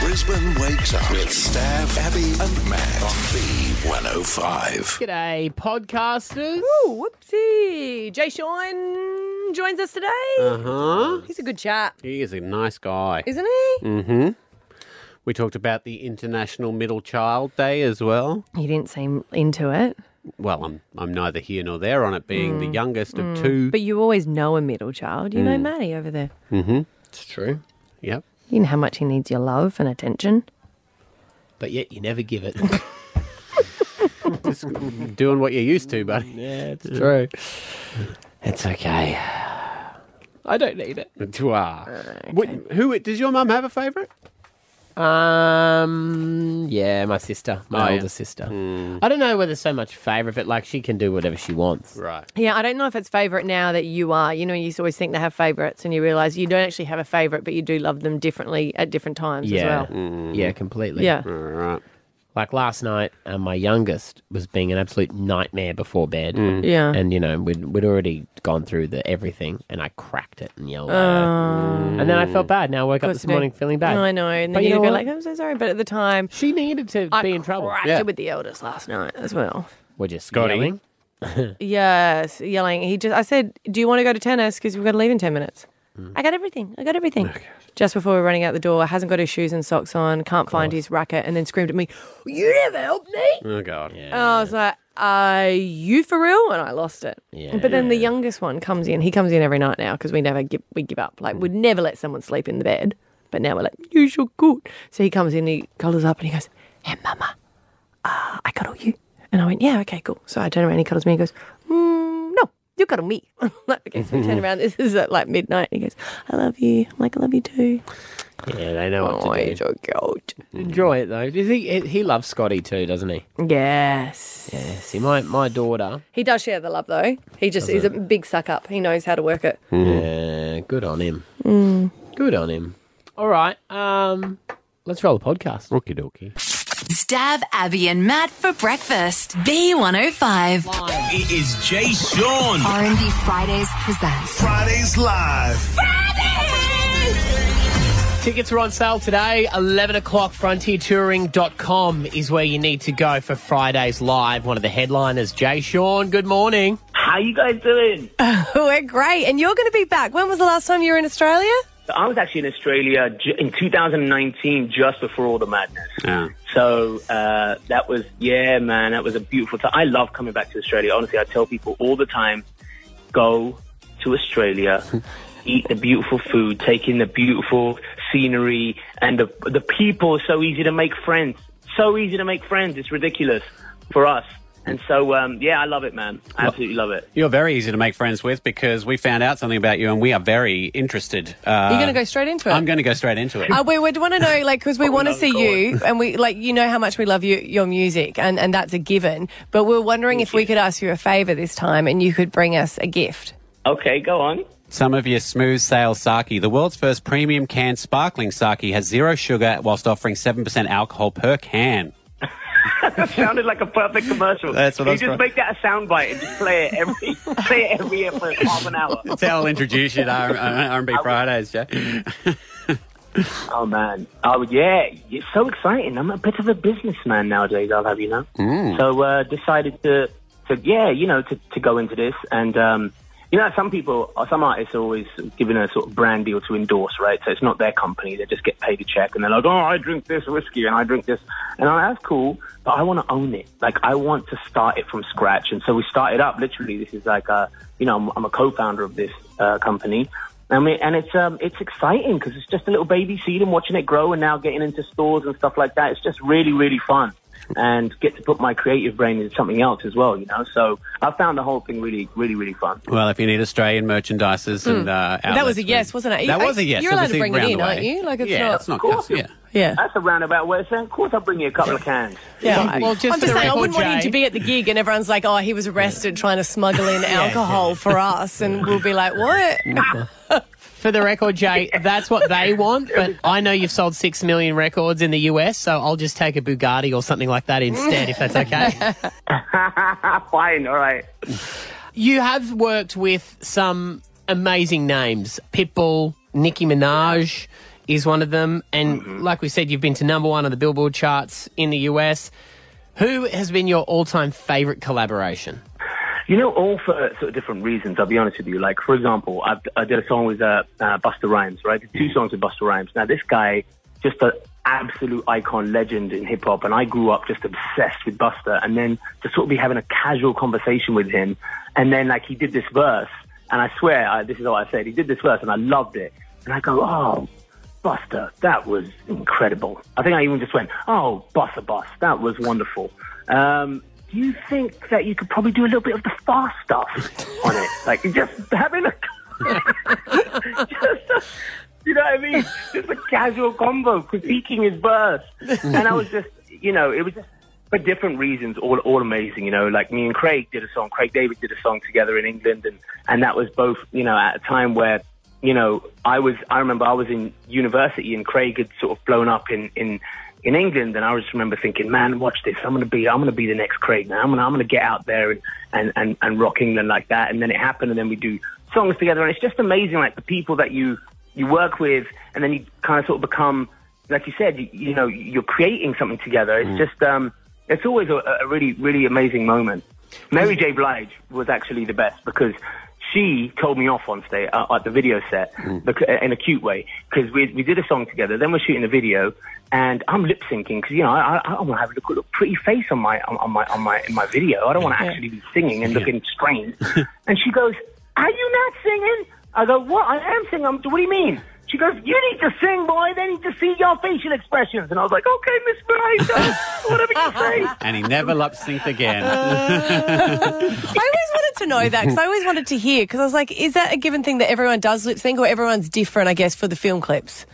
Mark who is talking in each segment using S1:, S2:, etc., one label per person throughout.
S1: Brisbane wakes up with Stav, Abby, and Matt on B105.
S2: G'day, podcasters.
S3: Ooh, whoopsie. Jay Sean joins us today.
S2: Uh-huh.
S3: He's a good chap,
S2: He is a nice guy.
S3: isn't he?
S2: Mm-hmm. We talked about the International Middle Child Day as well.
S3: He didn't seem into it.
S2: Well, I'm I'm neither here nor there on it, being the youngest of two.
S3: But you always know a middle child. You know Maddie over there.
S2: It's true. Yep.
S3: You know how much he needs your love and attention.
S4: but yet you never give it.
S2: Just doing what you're used to, buddy.
S4: yeah, it's true. It's okay. I don't need it.
S2: Wow. Wh- Who does your mum have a favourite?
S4: Um, yeah, my sister, my
S2: Oh, yeah.
S4: older sister. I don't know whether there's so much favourite, but like she can do whatever she wants.
S2: Right.
S3: Yeah, I don't know if it's favourite now that you are. You know, you always think they have favourites and you realise you don't actually have a favourite, but you do love them differently at different times as
S4: Yeah, Mm.
S3: well.
S4: yeah, completely.
S3: Yeah.
S2: All right.
S4: Like last night, um, my youngest was being an absolute nightmare before bed.
S3: Yeah.
S4: And you know we'd we'd already gone through the everything, and I cracked it and yelled at her. And then I felt bad. Now I woke up
S3: course
S4: this
S3: you do.
S4: morning feeling bad.
S3: I know. And
S4: But
S3: then
S4: you
S3: you,
S4: know
S3: go
S4: what?
S3: like, I'm so sorry. But at the time,
S4: She needed to
S3: I
S4: be in trouble.
S3: cracked
S2: Yeah.
S3: it with the eldest last night as well.
S4: We're just
S2: Scotty.
S4: yelling.
S3: Yes, yelling. He just. I said, "Do you want to go to tennis? Because we've got to leave in ten minutes." I got everything. I got everything. just before we we're running out the door, hasn't got his shoes and socks on. Can't find his racket, and then screamed at me, "You never helped me!"
S2: Oh God.
S3: And I was like, "Are you for real?" And I lost it.
S4: Yeah.
S3: But then the youngest one comes in. He comes in every night now because we never give we give up. Like we'd never let someone sleep in the bed. But now we're like, "You should good." So he comes in, he cuddles up, and he goes, "Hey, mama, uh, I cuddle you." And I went, "Yeah, okay, cool." So I turn around, he cuddles me, and he goes, mm, "No." You cuddle me. I'm like, okay, so we turn around. This is at like midnight. And he goes, I love you. I'm like, I love you too.
S4: Yeah, they know
S3: Oh,
S4: what to do.
S3: you're so cute.
S4: Enjoy it though. Does he he loves Scotty too, doesn't he?
S3: Yes.
S4: Yeah. See, my my daughter.
S3: He does share the love though. He just is a big suck up. He knows how to work it.
S4: Yeah. Good on him.
S3: Mm.
S4: Good on him. All right. Um, let's roll the podcast.
S2: Rookie dokie.
S5: Stav, Abby, and Matt for breakfast. B105.
S6: It is Jay Sean.
S5: R&B Fridays presents.
S1: Fridays Live.
S4: Tickets are on sale today. 11 o'clock, frontiertouring.com is where you need to go for Friday's Live. One of the headliners, Jay Sean. Good morning.
S7: How you guys doing?
S3: We're great. And you're going to be back. When was the last time you were in Australia?
S7: I was actually in Australia ju- in 2019, just before all the madness.
S2: Yeah.
S7: So uh, that was, yeah, man, that was a beautiful time. I love coming back to Australia. Honestly, I tell people all the time, go to Australia, eat the beautiful food, take in the beautiful scenery, and the the people. are So easy to make friends. So easy to make friends. It's ridiculous for us. And so, um, yeah, I love it, man. I absolutely love it.
S2: You're very easy to make friends with because we found out something about you and we are very interested. Uh,
S3: You're going to go straight into it.
S2: I'm Oh, going to go straight into it.
S3: Uh, we would want to know, like, because we want to
S7: no,
S3: see
S7: go
S3: you, and we like you know how much we love you, your music, and and that's a given. But we're wondering if we could ask you a favor this time, and you could bring us a gift.
S7: Okay, go on.
S2: Some of your smooth sale sake. The world's first premium canned sparkling sake has zero sugar whilst offering 7% alcohol per can.
S7: sounded like a perfect commercial.
S2: That's what
S7: you
S2: I was
S7: just
S2: trying-
S7: make that a soundbite and just play it every play it every year for half an hour.
S2: That's how I'll introduce you to R- R- R&B Fridays, Jay.
S7: Oh man. Oh yeah. It's so exciting. I'm a bit of a businessman nowadays, I'll have you know. So uh decided to to yeah, you know, to, to go into this and um you know, some people, or some artists are always given a sort of brand deal to endorse, right? So it's not their company; they just get paid a check, and they're like, "Oh, I drink this whiskey, and I drink this," and I'm like, "That's cool," but I want to own it. Like, I want to start it from scratch. And so we started up. Literally, this is like, uh, you know, I'm, I'm a co-founder of this uh, company, I mean, and it's um, it's exciting because it's just a little baby seed and watching it grow, and now getting into stores and stuff like that. It's just really, really fun, and get to put my creative brain into something else as well. You know, so I found the whole thing really, really, really fun.
S2: Well, if you need Australian merchandises and uh, outlets,
S3: Hmm. that was a yes, wasn't it?
S2: That
S3: You-
S2: was a yes.
S3: You're allowed to
S2: Obviously,
S3: bring it
S2: round
S3: in,
S2: the
S3: aren't
S2: way.
S3: you? Like, it's
S2: yeah,
S3: not.
S2: it's not.
S7: Of course.
S2: Yeah.
S3: yeah.
S7: That's a roundabout way of saying, of course, I'll bring you a couple of cans.
S3: Yeah,
S4: Well, just for
S3: I'm just
S4: the
S3: saying, I
S4: record,
S3: wouldn't want him
S4: Jay-
S3: to be at the gig, and everyone's like, "Oh, he was arrested trying to smuggle in alcohol for us," and we'll be like, "What?"
S4: For the record, Jay, that's what they want, but I know you've sold six million records in the US, so I'll just take a Bugatti or something like that instead, if that's okay.
S7: Fine, all right.
S4: You have worked with some amazing names Pitbull, Nicki Minaj. is one of them. And
S7: Mm-hmm.
S4: like we said, you've been to number one on the Billboard charts in the US. Who has been your all time favorite collaboration?
S7: You know, all for sort of different reasons. I'll be honest with you. Like, for example, I, I did a song with uh, uh, Buster Rhymes, right? Did two songs with Buster Rhymes. Now, this guy, just an absolute icon, legend in hip hop, and I grew up just obsessed with Buster. And then to sort of be having a casual conversation with him, and then like he did this verse, and I swear, I, this is all I said. He did this verse, and I loved it. And I go, oh, Buster, that was incredible. I think I even just went, oh, Buster Boss, that was wonderful. Um, do you think that you could probably do a little bit of the fast stuff on it? Like, just having a. just a you know what I mean? Just a casual combo, critiquing his verse. And I was just, you know, it was just for different reasons, all all amazing. You know, like me and Craig did a song. Craig David did a song together in England, and and that was both, you know, at a time where, you know, I was I remember I was in university and Craig had sort of blown up in in in England, and I just remember thinking, man, watch this. I'm gonna be I'm gonna be the next Craig now. I'm gonna I'm gonna get out there and and and, and rock England like that. And then it happened, and then we do songs together, and it's just amazing, like the people that you you work with, and then you kind of sort of become, like you said, you, you know, you're creating something together. It's just, um, it's always a, a really, really amazing moment. Mary J. Blige was actually the best because she told me off on stage uh, at the video set becau- in a cute way because we, we did a song together. Then we're shooting a video, and I'm lip syncing because you know I, I, I want to have a look, look pretty face on my on, on my on my in my video. I don't want to actually be singing and looking strange. and she goes, "Are you not singing?" I go, "What? I am singing. I'm, what do you mean?" She goes, "You need to sing, boy. They need to see your facial expressions." And I was like, "Okay, Miss Blige, whatever you say."
S2: And he never lip synced again.
S3: I always wanted to know that because I always wanted to hear because I was like, is that a given thing that everyone does lip sync or everyone's different? I guess for the film clips.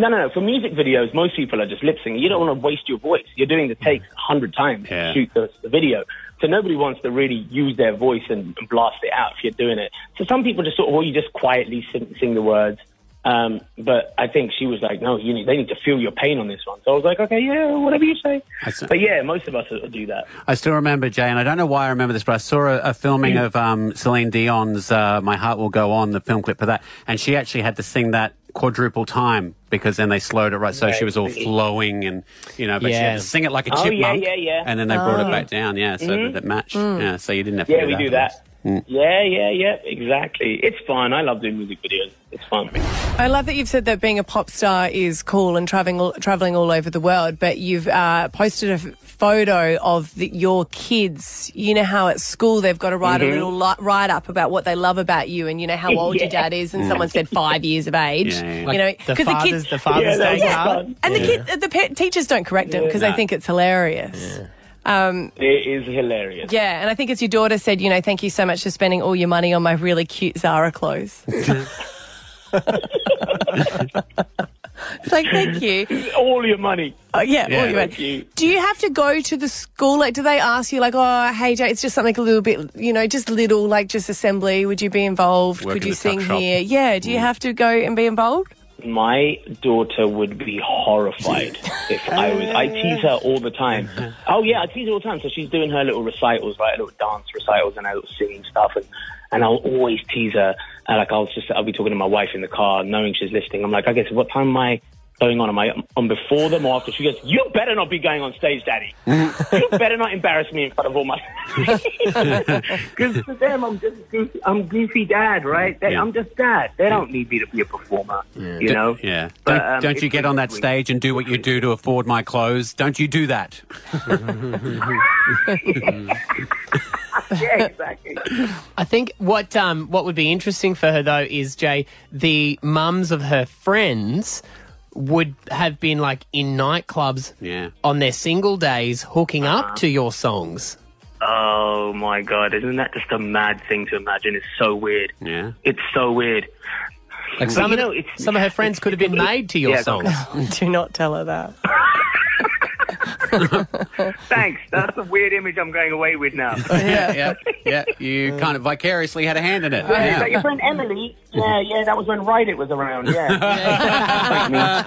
S7: No, no, no. For music videos, most people are just lip syncing. You don't want to waste your voice. You're doing the takes a hundred times
S2: Yeah.
S7: to shoot the, the video. So nobody wants to really use their voice and, and blast it out if you're doing it. So some people just sort of, well, you just quietly sing, sing the words. Um, but I think she was like, no, you need, they need to feel your pain on this one. So I was like, okay, yeah, whatever you say.
S2: That's-
S7: But yeah, most of us will do that.
S2: I still remember Jay, and I don't know why I remember this, but I saw a, a filming of um, Celine Dion's uh, "My Heart Will Go On," the film clip for that, and she actually had to sing that quadruple time because then they slowed it right, so she was all flowing and you know, but she had
S4: Yeah.
S2: to sing it like a
S7: Oh, yeah,
S2: chipmunk.
S7: yeah, yeah. Oh. Mm-hmm. Mm.
S2: And then they brought it back down, yeah, so that it matched. Yeah, so you didn't have to.
S7: Yeah,
S2: do
S7: we
S2: that
S7: do that. Yeah, yeah, yeah, exactly. It's fun. I love doing music videos. It's fun.
S3: I love that you've said that being a pop star is cool and traveling traveling all over the world, but you've uh, posted a f- photo of the, your kids. You know how at school they've got to write
S2: Mm-hmm.
S3: a little li- write up about what they love about you, and you know how old your
S7: Yeah.
S3: dad is, and someone said five years of age.
S2: Yeah, yeah.
S3: You know,
S4: the
S3: because the
S4: father's
S3: kids.
S4: the father's
S7: Yeah,
S4: day
S7: that's
S4: card.
S7: fun.
S3: and the kid, the pa- teachers don't correct them because they think it's hilarious.
S7: It is hilarious.
S3: Yeah, and I think it's your daughter said, you know, thank you so much for spending all your money on my really cute Zara clothes. it's like, thank you.
S7: All your money.
S3: Oh, yeah, all
S2: Yeah.
S3: you
S7: Thank you.
S3: want. Do you have to go to the school? Like, do they ask you, like, oh, hey, Jay, it's just something a little bit, you know, just little, like just assembly? Would you be involved?
S2: Work
S3: Could
S2: in
S3: you
S2: the tuck
S3: sing
S2: shop.
S3: here? Yeah, do you have to go and be involved?
S7: My daughter would be horrified if I was. I tease her all the time. Oh yeah, I tease her all the time. So she's doing her little recitals, right? Her little dance recitals and her little singing stuff, and and I'll always tease her. And like I'll just I'll be talking to my wife in the car, knowing she's listening. I'm like, okay, so what time am I going on? Am I on before them or after? She goes, you better not be going on stage, Daddy. you better not embarrass me in front of all my. Because to them, I'm just goofy, I'm goofy dad, right? They,
S2: Yeah.
S7: I'm just dad. They don't need me to be a performer, you know.
S2: Yeah.
S7: But,
S2: Don't,
S7: um,
S2: don't you
S7: it's
S2: get on that
S7: basically-
S2: stage and do what you do to afford my clothes? Don't you do that?
S7: Yeah, exactly.
S4: I think what um, what would be interesting for her though is Jay, the mums of her friends would have been like in nightclubs
S2: Yeah.
S4: on their single days hooking
S7: Uh-huh.
S4: up to your songs.
S7: oh my god, isn't that just a mad thing to imagine? It's so weird.
S2: Yeah.
S7: It's so weird.
S4: Like some,
S7: you
S4: of,
S7: know,
S4: the-
S7: it's-
S4: some of her friends could have been made to your
S7: Yeah,
S4: songs.
S3: do not tell her that.
S7: Thanks. That's the weird image I'm going away with now.
S2: Yeah, yeah, yeah. You kind of vicariously had a hand in it.
S7: Is
S2: Yeah.
S7: that your friend Emily? Yeah, yeah, that was when Ride It was around. Yeah.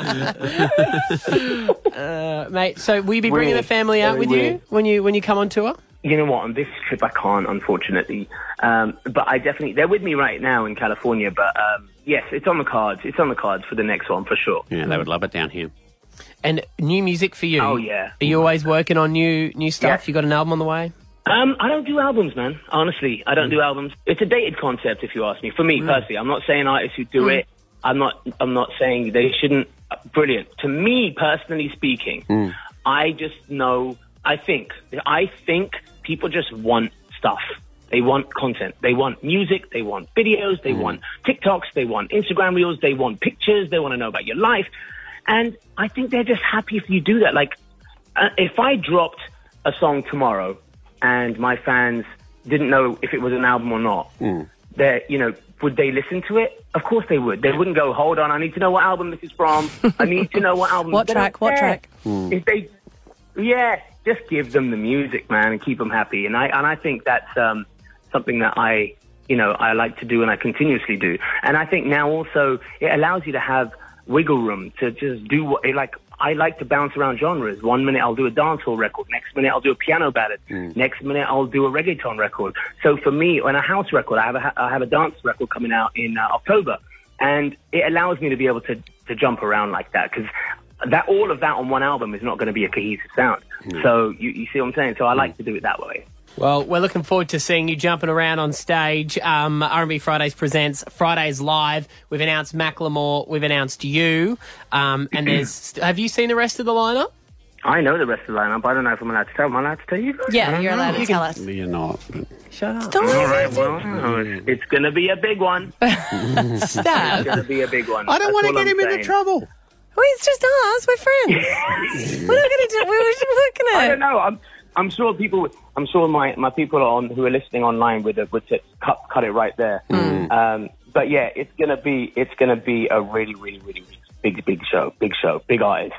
S4: Uh, mate, so will you be bringing
S7: Weird.
S4: the family out
S7: Very
S4: with you
S7: weird.
S4: when you when you come on tour?
S7: you know what? On this trip, I can't, unfortunately. Um, but I definitely they're with me right now in California. But um, yes, it's on the cards. It's on the cards for the next one for sure.
S2: Yeah, they would love it down here.
S4: And new music for you?
S7: Oh, yeah.
S4: Are you always working on new new stuff?
S7: Yeah.
S4: You got an album on the way?
S7: Um, I don't do albums, man. Honestly, I don't do albums. It's a dated concept, if you ask me. For me personally, I'm not saying artists who do it. I'm not. I'm not saying they shouldn't. Brilliant. To me personally speaking, I just know. I think. I think people just want stuff. They want content. They want music. They want videos. They want TikToks. They want Instagram reels. They want pictures. They want to know about your life. And I think they're just happy if you do that. Like, uh, if I dropped a song tomorrow and my fans didn't know if it was an album or not, they you know, would they listen to it? Of course they would. They wouldn't go, hold on, I need to know what album this is from. I need to know what album.
S3: What
S7: They don't
S3: track, what
S7: care.
S3: track?
S7: If they, yeah, just give them the music, man, and keep them happy. And I and I think that's um, something that I, you know, I like to do and I continuously do. And I think now also it allows you to have wiggle room to just do what like. I like to bounce around genres. One minute I'll do a dancehall record. Next minute I'll do a piano ballad. Next minute I'll do a reggaeton record. So for me, on a house record, I have a, I have a dance record coming out in uh, October, and it allows me to be able to to jump around like that because that all of that on one album is not going to be a cohesive sound.
S4: Mm.
S7: So you, you see what I'm saying? So I like to do it that way.
S4: Well, we're looking forward to seeing you jumping around on stage. Um, R&B Fridays presents Fridays Live. We've announced Macklemore. We've announced you. Um, and there's. Have you seen the rest of the lineup?
S7: I know the rest of the lineup. I don't know if I'm allowed to tell. Am I allowed to tell you? guys?
S3: Yeah, you're allowed to tell us.
S2: You're not. but-
S7: All right. Well, it's going to be a big one. It's going to be a big one.
S4: I don't
S7: That's
S4: want to
S7: all I'm
S4: get him into
S7: saying.
S4: trouble.
S3: Well, it's just us. We're friends. we're not going to do. We're just looking at.
S7: I don't know. I'm I'm sure people. I'm sure my, my people on who are listening online would would say, cut cut it right there. Um, but yeah, it's gonna be it's gonna be a really really really big big show. Big show. Big artist.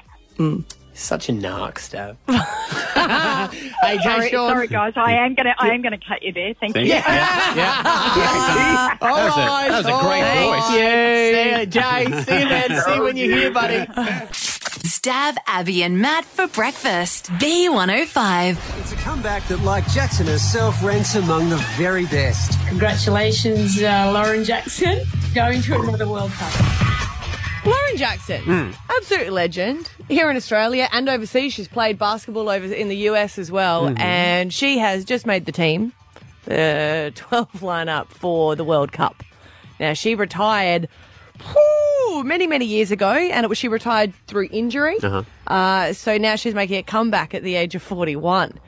S4: Such a narc, Stav. hey, Jay
S8: Sorry,
S4: Sean.
S8: sorry, guys. I am gonna, I am gonna cut you there. Thank
S2: Thank
S8: you.
S2: you. Yeah. yeah. All
S4: All
S2: right.
S4: right.
S2: That was a great
S4: All right. See ya,
S2: voice.
S4: Jay. See you then. See you when you're here, buddy.
S5: Stab Abby and Matt for breakfast. B105.
S9: It's a comeback that, like Jackson herself, ranks among the very best.
S10: Congratulations, uh, Lauren Jackson, going to another World Cup.
S3: Lauren Jackson, absolute legend here in Australia and overseas. She's played basketball over in the US as well, and she has just made the team, the 12 lineup for the World Cup. Now she retired whew, many many years ago, and it was she retired through injury. uh so now she's making a comeback at the age of 41,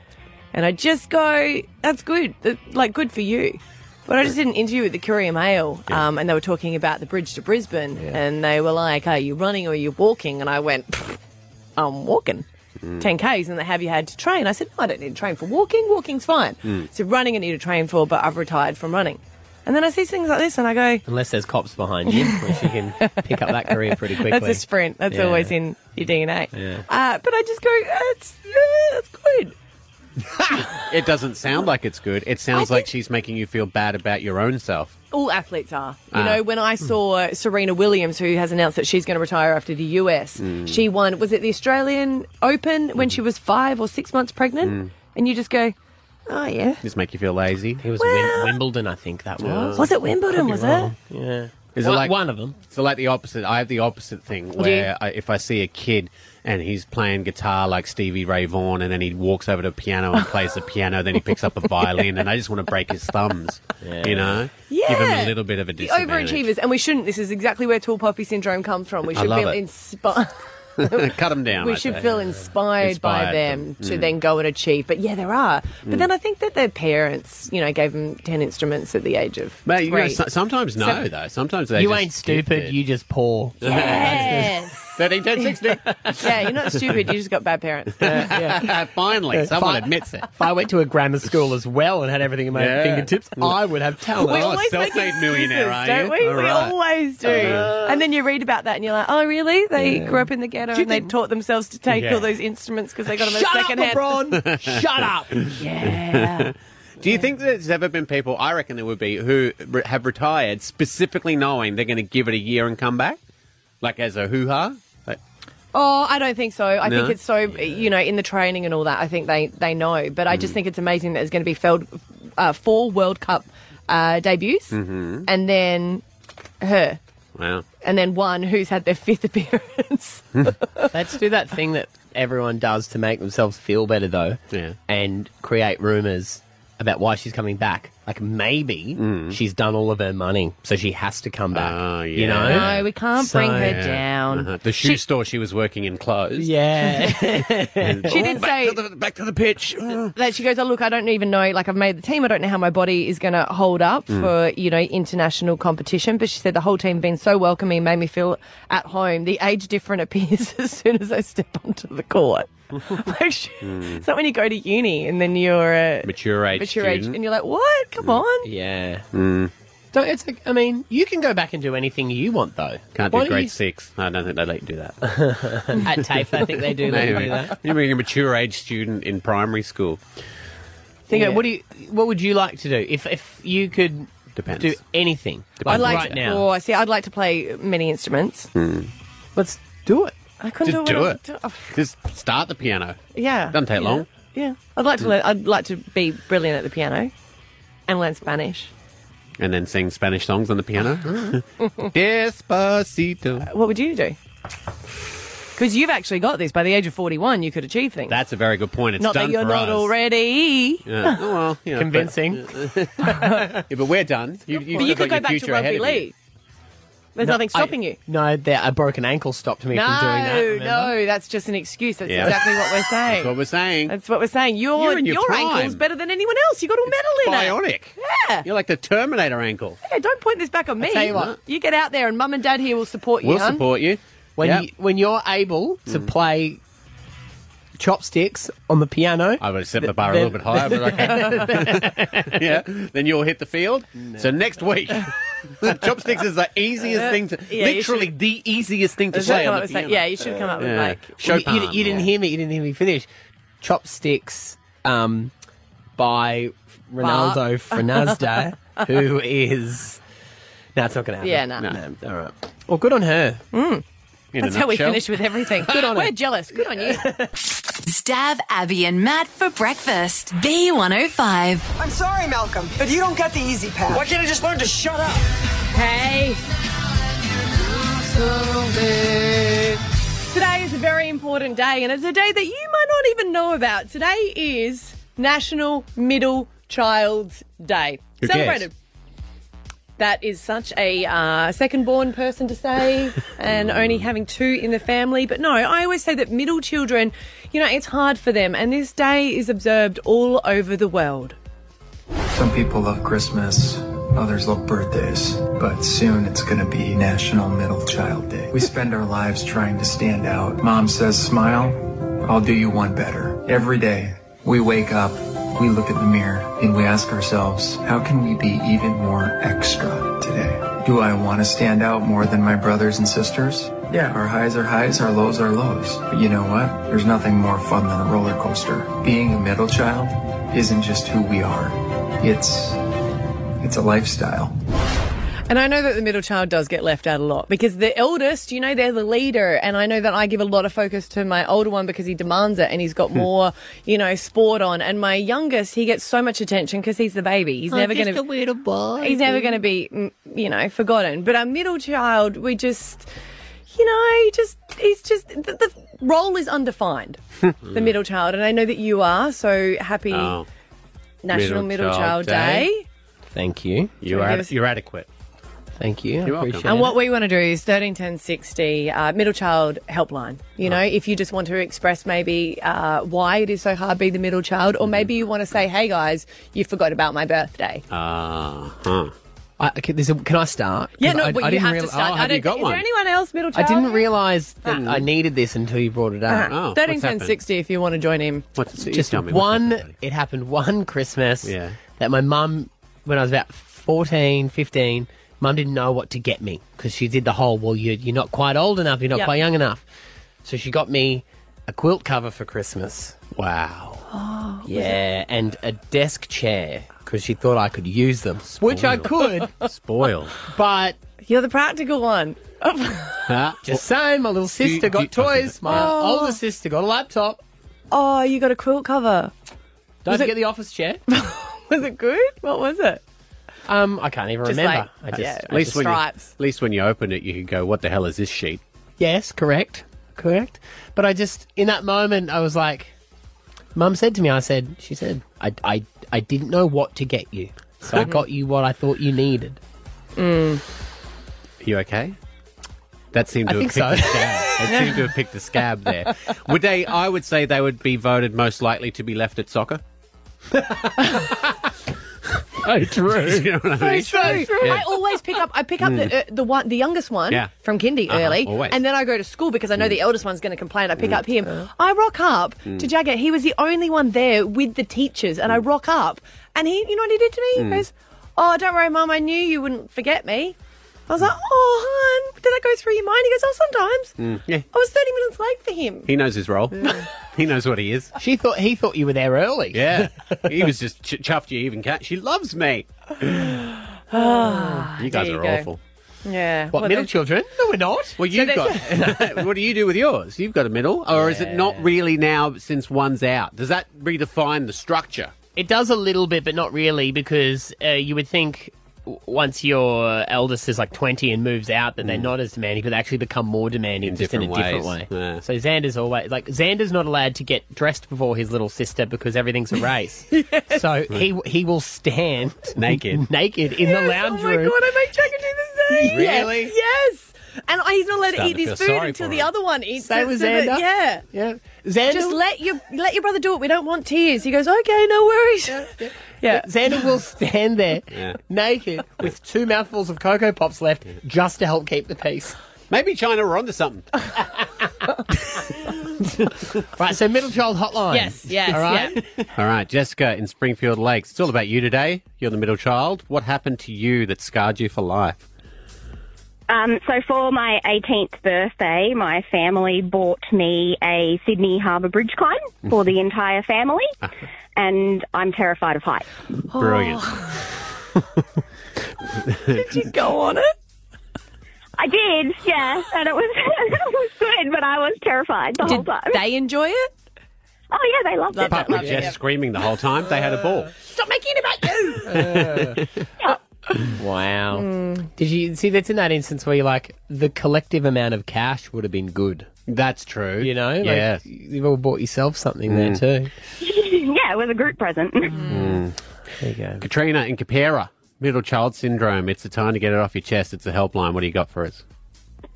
S3: and I just go, that's good, That- like good for you. But I just did an interview with the Courier Mail, um, and they were talking about the bridge to Brisbane, and they were like, "Are you running or are you walking?" And I went, "Pfft, "I'm walking." 10 Ks and they have you had to train. I said, No, I don't need to train for walking. Walking's fine. So running I need to train for, but I've retired from running. And then I see things like this and I go,
S4: Unless there's cops behind you, which you can pick up that career pretty quickly.
S3: That's a sprint. That's
S4: Yeah.
S3: always in your DNA. Uh, but I just go, That's, uh, that's good.
S2: It doesn't sound like it's good. It sounds like she's making you feel bad about your own self.
S3: all athletes are. You
S2: Ah.
S3: know, when I saw Serena Williams, who has announced that she's going to retire after the US,
S2: Hmm.
S3: she won, was it the Australian Open when she was five or six months
S2: Hmm.
S3: pregnant? And you just go, oh, yeah.
S2: Just make you feel lazy.
S4: It was
S3: Well-
S4: Wim- Wimbledon, I think that
S2: Uh,
S4: was.
S3: Was it Wimbledon, was it?
S4: Yeah.
S2: Is it
S4: one,
S2: like-
S4: one of them?
S2: So like the opposite. I have the opposite thing where I, if I see a kid and he's playing guitar like Stevie Ray Vaughan, and then he walks over to a piano and plays the piano, then he picks up a violin, and I just want to break his thumbs. You know, give him a little bit of a
S3: The
S2: disadvantage.
S3: overachievers, and we shouldn't. This is exactly where tall poppy syndrome comes from. We
S2: I
S3: should
S2: love
S3: feel
S2: it.
S3: inspired.
S2: Cut him down.
S3: we
S2: I
S3: should
S2: say.
S3: feel inspired, by
S2: Inspired hmm.
S3: them to then go and achieve. But yeah, there are. But then I think that their parents, you know, gave them ten instruments at the age of
S2: Mate, you know,
S3: three.
S2: so- sometimes no
S3: So-
S2: though. Sometimes they
S4: you
S2: just
S4: ain't stupid.
S2: gifted.
S4: You just poor.
S3: yes.
S2: 13, 10, 16.
S3: Yeah, you're not stupid. You just got bad parents.
S2: Finally, someone
S4: Fine.
S2: admits it.
S4: If I went to a grammar school as well and had everything at my
S2: Yeah.
S4: fingertips, I would have talent.
S2: We
S3: we
S2: Oh,
S3: always make
S2: self-made
S3: excuses,
S2: millionaire, are
S3: don't
S2: you?
S3: we?
S2: All
S3: We
S2: right.
S3: always do.
S2: Uh-huh.
S3: and then you read about that and you're like, oh, really? They grew up in the ghetto and they taught themselves to take
S2: Yeah.
S3: all those instruments because they got them at
S4: Shut up,
S3: second hand.
S4: LeBron! Shut up!
S3: Yeah.
S2: Do you think there's ever been people, I reckon there would be, who re- have retired specifically knowing they're going to give it a year and come back? Like as a hoo ha? Like,
S3: oh, I don't think so. I
S2: No?
S3: think it's so, you know, in the training and all that, I think they, they know. But I just
S2: Mm.
S3: think it's amazing that there's going to be feld,
S2: Mm-hmm.
S3: uh, four World Cup uh, debuts and then her.
S2: Wow.
S3: and then one who's had their fifth appearance.
S4: Let's do that thing that everyone does to make themselves feel better, though, yeah. and create rumours about why she's coming back. Like maybe
S2: Mm.
S4: she's done all of her money, so she has to come back. Uh,
S2: Uh.
S4: You know?
S3: No, we can't bring her
S2: Yeah.
S3: down.
S2: Uh-huh. The shoe store she was working in closed.
S4: Yeah.
S3: She did say
S2: back to the pitch. Mm.
S3: that she goes, "Oh look, I don't even know. Like I've made the team. I don't know how my body is going to hold up
S11: Mm.
S3: for you know international competition." But she said the whole team been so welcoming, made me feel at home. The age different appears as soon as I step onto the court. like she, It's not when you go to uni and then you're a
S2: Mm. Mature age
S3: mature age
S2: student.
S3: and you're like, "What? Come on!"
S4: Yeah.
S2: Mm.
S4: Don't, it's like, I mean, you can go back and do anything you want, though.
S2: Can't
S4: Why
S2: do
S4: don't
S2: grade
S4: you-
S2: six. I don't think they let you do that.
S4: At TAFE, I think they do let you do that.
S2: You're being a mature age student in primary school.
S4: Think
S2: Yeah.
S4: what do you what would you like to do if if you could
S2: Depends.
S4: do anything
S3: I
S4: like,
S3: like
S4: right
S3: to,
S4: now?
S3: Oh, see, I'd like to play many instruments.
S4: Let's do it.
S3: I couldn't
S2: Mm. Just
S3: do,
S2: do
S3: what
S2: it.
S3: I- oh,
S2: Just start the piano.
S3: Yeah,
S2: Doesn't take
S3: Yeah.
S2: long.
S3: Yeah, I'd like to.
S2: Mm.
S3: Learn, I'd like to be brilliant at the piano, and learn Spanish.
S2: And then sing Spanish songs on the piano. Despacito.
S3: What would you do? Because you've actually got this. By the age of forty-one, you could achieve things.
S2: That's a very good point. It's
S3: not
S2: done
S3: that you're
S2: for
S3: not
S2: us.
S3: already.
S2: Yeah. Oh, well, you know, but-
S4: Convincing.
S2: yeah, but we're done. You, you've
S3: but you
S2: still
S3: could go
S2: got
S3: back
S2: your
S3: to
S2: future ahead
S3: rugby
S2: of you.
S3: league. There's
S4: No,
S3: nothing
S4: I-
S3: stopping you.
S4: No, there, a broken ankle stopped me
S3: no,
S4: from doing that.
S3: no, that's just an excuse. That's
S4: Yeah.
S3: exactly what we're saying.
S4: That's what
S2: we're saying.
S3: That's what we're saying. Your
S2: You're in your
S3: your,
S2: prime.
S3: ankle's better than anyone else. You got all metal in it.
S2: Bionic.
S3: Yeah.
S2: You're like the Terminator ankle.
S3: Yeah, don't point this back on me.
S4: tell you what.
S3: You get out there, and mum and dad here will support you. hun.
S2: you
S4: when
S3: Yep.
S4: you, when you're able to play chopsticks on the piano.
S2: I would have set the bar a little bit higher, but okay. yeah. Then you'll hit the field. So next week, chopsticks is the easiest thing to,
S4: Yeah, you
S2: literally the easiest thing to
S4: Is that
S2: play
S4: what
S2: on
S4: I
S2: the
S4: was saying?
S2: piano.
S4: Yeah, you should come up with, like- You-
S2: Chopin.
S4: you, you didn't hear me. You didn't hear me finish. Chopsticks um, by Ronaldo Frenazda, who is. No, it's not going to happen.
S3: Yeah, nah.
S4: No, All right. Well, good on her. In a
S3: That's how we
S4: nutshell.
S3: finish with everything. Good on We're jealous. Good on you.
S5: Stab Abby and Matt for breakfast. B105.
S11: I'm sorry, Malcolm, but you don't get the easy pass. Why can't I just learn to shut up?
S3: Hey. Today is a very important day, and it's a day that you might not even know about. Today is National Middle Child's Day.
S12: Who cares?
S3: Celebrated. That is such a uh, second born person to say, and only having two in the family. But no, I always say that middle children, you know, it's hard for them, and this day is observed all over the world.
S13: Some people love Christmas, others love birthdays, but soon it's going to be National Middle Child Day. We spend our lives trying to stand out. Mom says, Smile, I'll do you one better. Every day, we wake up, we look in the mirror, and we ask ourselves, How can we be even more extra today? Do I want to stand out more than my brothers and sisters? Yeah, our highs are highs, our lows are lows. But you know what? There's nothing more fun than a roller coaster. Being a middle child isn't just who we are. It's it's a lifestyle.
S3: And I know that the middle child does get left out a lot because the eldest, you know, they're the leader. And I know that I give a lot of focus to my older one because he demands it and he's got more, you know, sport on. And my youngest, he gets so much attention because he's the baby. He's
S4: I'm
S3: never
S4: just
S3: going to
S4: a little boy.
S3: He's never going to be, mm, you know, forgotten. But our middle child, we just, you know, just he's just the, the role is undefined. the middle child, and I know that you are. So happy
S2: Oh.
S3: National Middle, Child, Day.
S4: Thank you.
S2: You
S3: Sorry,
S2: are
S3: give us-
S2: you're adequate.
S4: Thank you. I
S2: You're welcome.
S4: appreciate
S3: And
S4: it.
S3: what we want to do is thirteen ten sixty uh, middle child helpline. You know, if you just want to express maybe uh, why it is so hard to be the middle child,
S4: Mm-hmm.
S3: or maybe you want to say, "Hey guys, you forgot about my birthday."
S2: Ah, huh.
S4: I, okay, there's a- can I start? 'Cause
S3: Yeah, no,
S4: I,
S3: but
S4: I
S3: you
S4: didn't
S3: have
S4: real-
S3: to start.
S4: Oh,
S3: I
S4: have
S3: don't,
S4: you got
S3: is
S4: one?
S3: there anyone else middle
S4: I
S3: child?
S4: didn't realise that
S3: Ah.
S4: I needed this until you brought it up.
S2: Oh,
S3: Uh-huh. Thirteen ten sixty. If you want to join him,
S2: What's
S4: just one it happened one christmas
S2: Yeah.
S4: that my mum when i was about 14 15 mum didn't know what to get me because she did the whole well you, you're not quite old enough you're not
S3: Yep.
S4: quite young enough so she got me a quilt cover for christmas wow
S3: Oh, was it-
S4: yeah and a desk chair because she thought i could use them which i could
S2: spoiled
S4: but
S3: you're the practical one.
S4: just saying my little sister got toys my
S3: Oh.
S4: older sister got a laptop
S3: Oh, you got a quilt cover.
S4: don't
S3: Was it-
S4: forget the office chair
S3: Was it good? What was it?
S4: Um, I can't even
S3: Just
S4: remember.
S3: like-
S4: I just,
S3: yeah,
S4: I
S2: At least,
S4: just-
S2: when you, at least when you open it, you can go, what the hell is this sheet?
S4: Yes, correct. Correct. But I just, in that moment, I was like, Mum said to me, I said, she said, I, I, I didn't know what to get you. So I got you what I thought you needed.
S2: You okay? That seemed
S4: I
S2: to have
S4: think
S2: picked
S4: so.
S2: the scab. It seemed to have picked the scab there. Would they? I would say they would be voted most likely to be left at soccer.
S4: oh, true.
S2: you know what I mean? Yeah.
S3: I always pick up. I pick up
S2: Mm.
S3: the, uh, the one, the youngest one
S2: Yeah.
S3: from kindy
S2: Uh-huh,
S3: early,
S2: always. Uh-huh.
S3: and then I go to school because I know the eldest one's going to complain. I pick up him. I rock up to
S2: Mm.
S3: Jagger. He was the only one there with the teachers, and I rock up, and he, you know what he did to me? He
S2: Mm.
S3: goes, "Oh, don't worry, Mum. I knew you wouldn't forget me." I was like, "Oh, hon, did that go through your mind?" He goes, "Oh, sometimes."
S2: Mm. Yeah.
S3: I was thirty minutes late for him.
S2: He knows his role. he knows what he is.
S4: She thought he thought you were there early.
S2: Yeah, he was just ch- chuffed. You even cat. She loves me.
S4: Ah,
S2: you guys
S3: there
S2: are
S3: you go.
S2: awful.
S3: Yeah.
S2: What, middle
S3: the-
S4: children? No, we're not.
S2: Well, you've got. what do you do with yours? You've got a middle, or is it not really now since one's out? Does that redefine the structure?
S4: It does a little bit, but not really, because uh, you would think w- once your eldest is like 20 and moves out, that they're not as demanding, but they actually become more demanding just in a different way. So Xander's always like Xander's not allowed to get dressed before his little sister because everything's a race. So he he will stand
S2: Naked.
S4: naked in the
S3: Yes,
S4: lounge
S3: oh my
S4: room.
S3: god, I make Jagger do the same.
S4: Really?
S3: Yes. yes. And I- he's not allowed
S4: Starting
S3: to
S4: to
S3: eat his
S4: feel
S3: food
S4: sorry
S3: until
S4: for
S3: the
S4: him.
S3: other one eats
S4: Same
S3: it.
S4: with
S3: so that-
S4: Xander.
S3: yeah.
S4: Yeah. Xander-
S3: Just let your let your brother do it. We don't want tears. He goes, okay, no worries. Yeah.
S4: But Xander will stand there
S2: Yeah.
S4: naked with two mouthfuls of cocoa pops left just to help keep the peace.
S2: Maybe China were onto something.
S4: right, so middle child hotline.
S3: Yes, yes,
S4: All right.
S2: All right, Jessica in Springfield Lakes. It's all about you today. You're the middle child. What happened to you that scarred you for life?
S12: Um, so for my 18th birthday, my family bought me a Sydney Harbour Bridge climb for the entire family, and I'm terrified of heights.
S4: Oh,
S2: Brilliant.
S3: Did you go on it?
S12: I did, yeah, and it was it was good, but I was terrified the whole
S3: Did
S12: time.
S3: They enjoy it.
S12: Oh yeah, they loved it.
S2: Apart from Jess screaming the whole time, they had a
S4: Uh.
S2: ball.
S3: Stop making it about you.
S4: Wow. Hmm. Did you see that's in that instance where you're like, the collective amount of cash would have been good?
S2: That's true.
S4: You know? Like,
S2: Yeah.
S4: You've all bought yourself something
S2: Mm.
S4: there too.
S12: yeah, it was a group present.
S4: There you go.
S2: Katrina in Capera, middle child syndrome. It's the time to get it off your chest. It's the helpline. What do you got for us?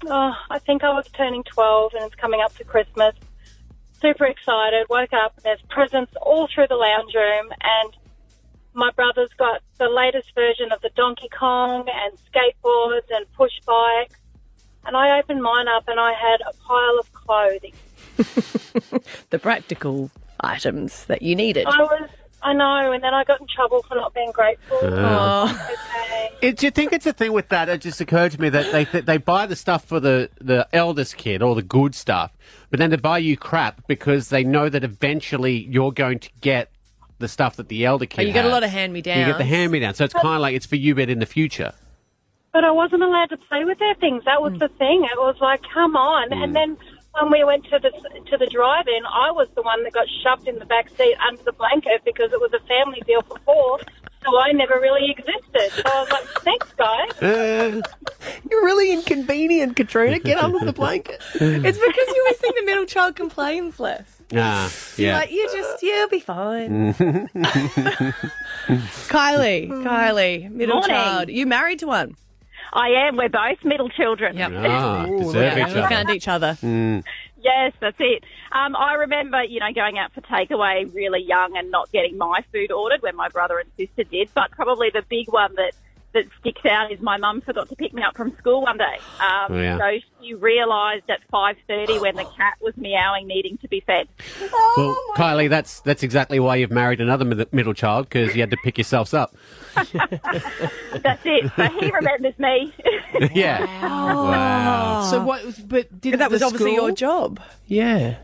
S14: Oh, I think I was turning 12 and it's coming up to Christmas. Super excited. Woke up and there's presents all through the lounge room and my brother's got the latest version of the Donkey Kong and skateboards and push bikes. And I opened mine up and I had a pile of clothing.
S3: The practical items that you needed.
S14: I was, I know, and then I got in trouble for not being grateful.
S2: Oh. It, do you think it's a thing with that? It just occurred to me that they they buy the stuff for the, the eldest kid, all the good stuff, but then they buy you crap because they know that eventually you're going to get the stuff that the elder kid.
S14: you get a
S2: has.
S14: lot of hand-me-downs.
S2: You get the hand me down, so it's kind of like it's for you, but in the future.
S14: But I wasn't allowed to play with their things. That was the thing. It was like, come on. And then when we went to the to the drive-in, I was the one that got shoved in the back seat under the blanket because it was a family deal for four. So I never really existed. So I was like, thanks, guys.
S3: Uh,
S4: You're really inconvenient, Katrina. Get under the blanket.
S3: it's because you always think the middle child complains less.
S2: Ah,
S3: Like you just you'll be fine.
S2: yeah.
S3: Kylie, Kylie, middle
S12: Morning.
S3: child. You married to one.
S12: I am. We're both middle children.
S2: Ah, deserve each
S3: We
S2: other.
S3: found each other.
S2: Mm.
S12: Yes, that's it. Um, I remember, you know, going out for takeaway really young and not getting my food ordered when my brother and sister did. But probably the big one that that sticks out is my mum forgot to pick me up from school one day. Um,
S2: Oh, yeah.
S12: So she realised at five thirty when the cat was meowing, needing to be fed.
S3: Oh
S2: Well, Kylie, that's that's exactly why you've married another mid- middle child because you had to pick yourselves up.
S12: That's it. So he remembers me.
S2: yeah. Wow.
S3: Oh.
S4: So what? But did
S3: that was obviously your
S4: job. Yeah.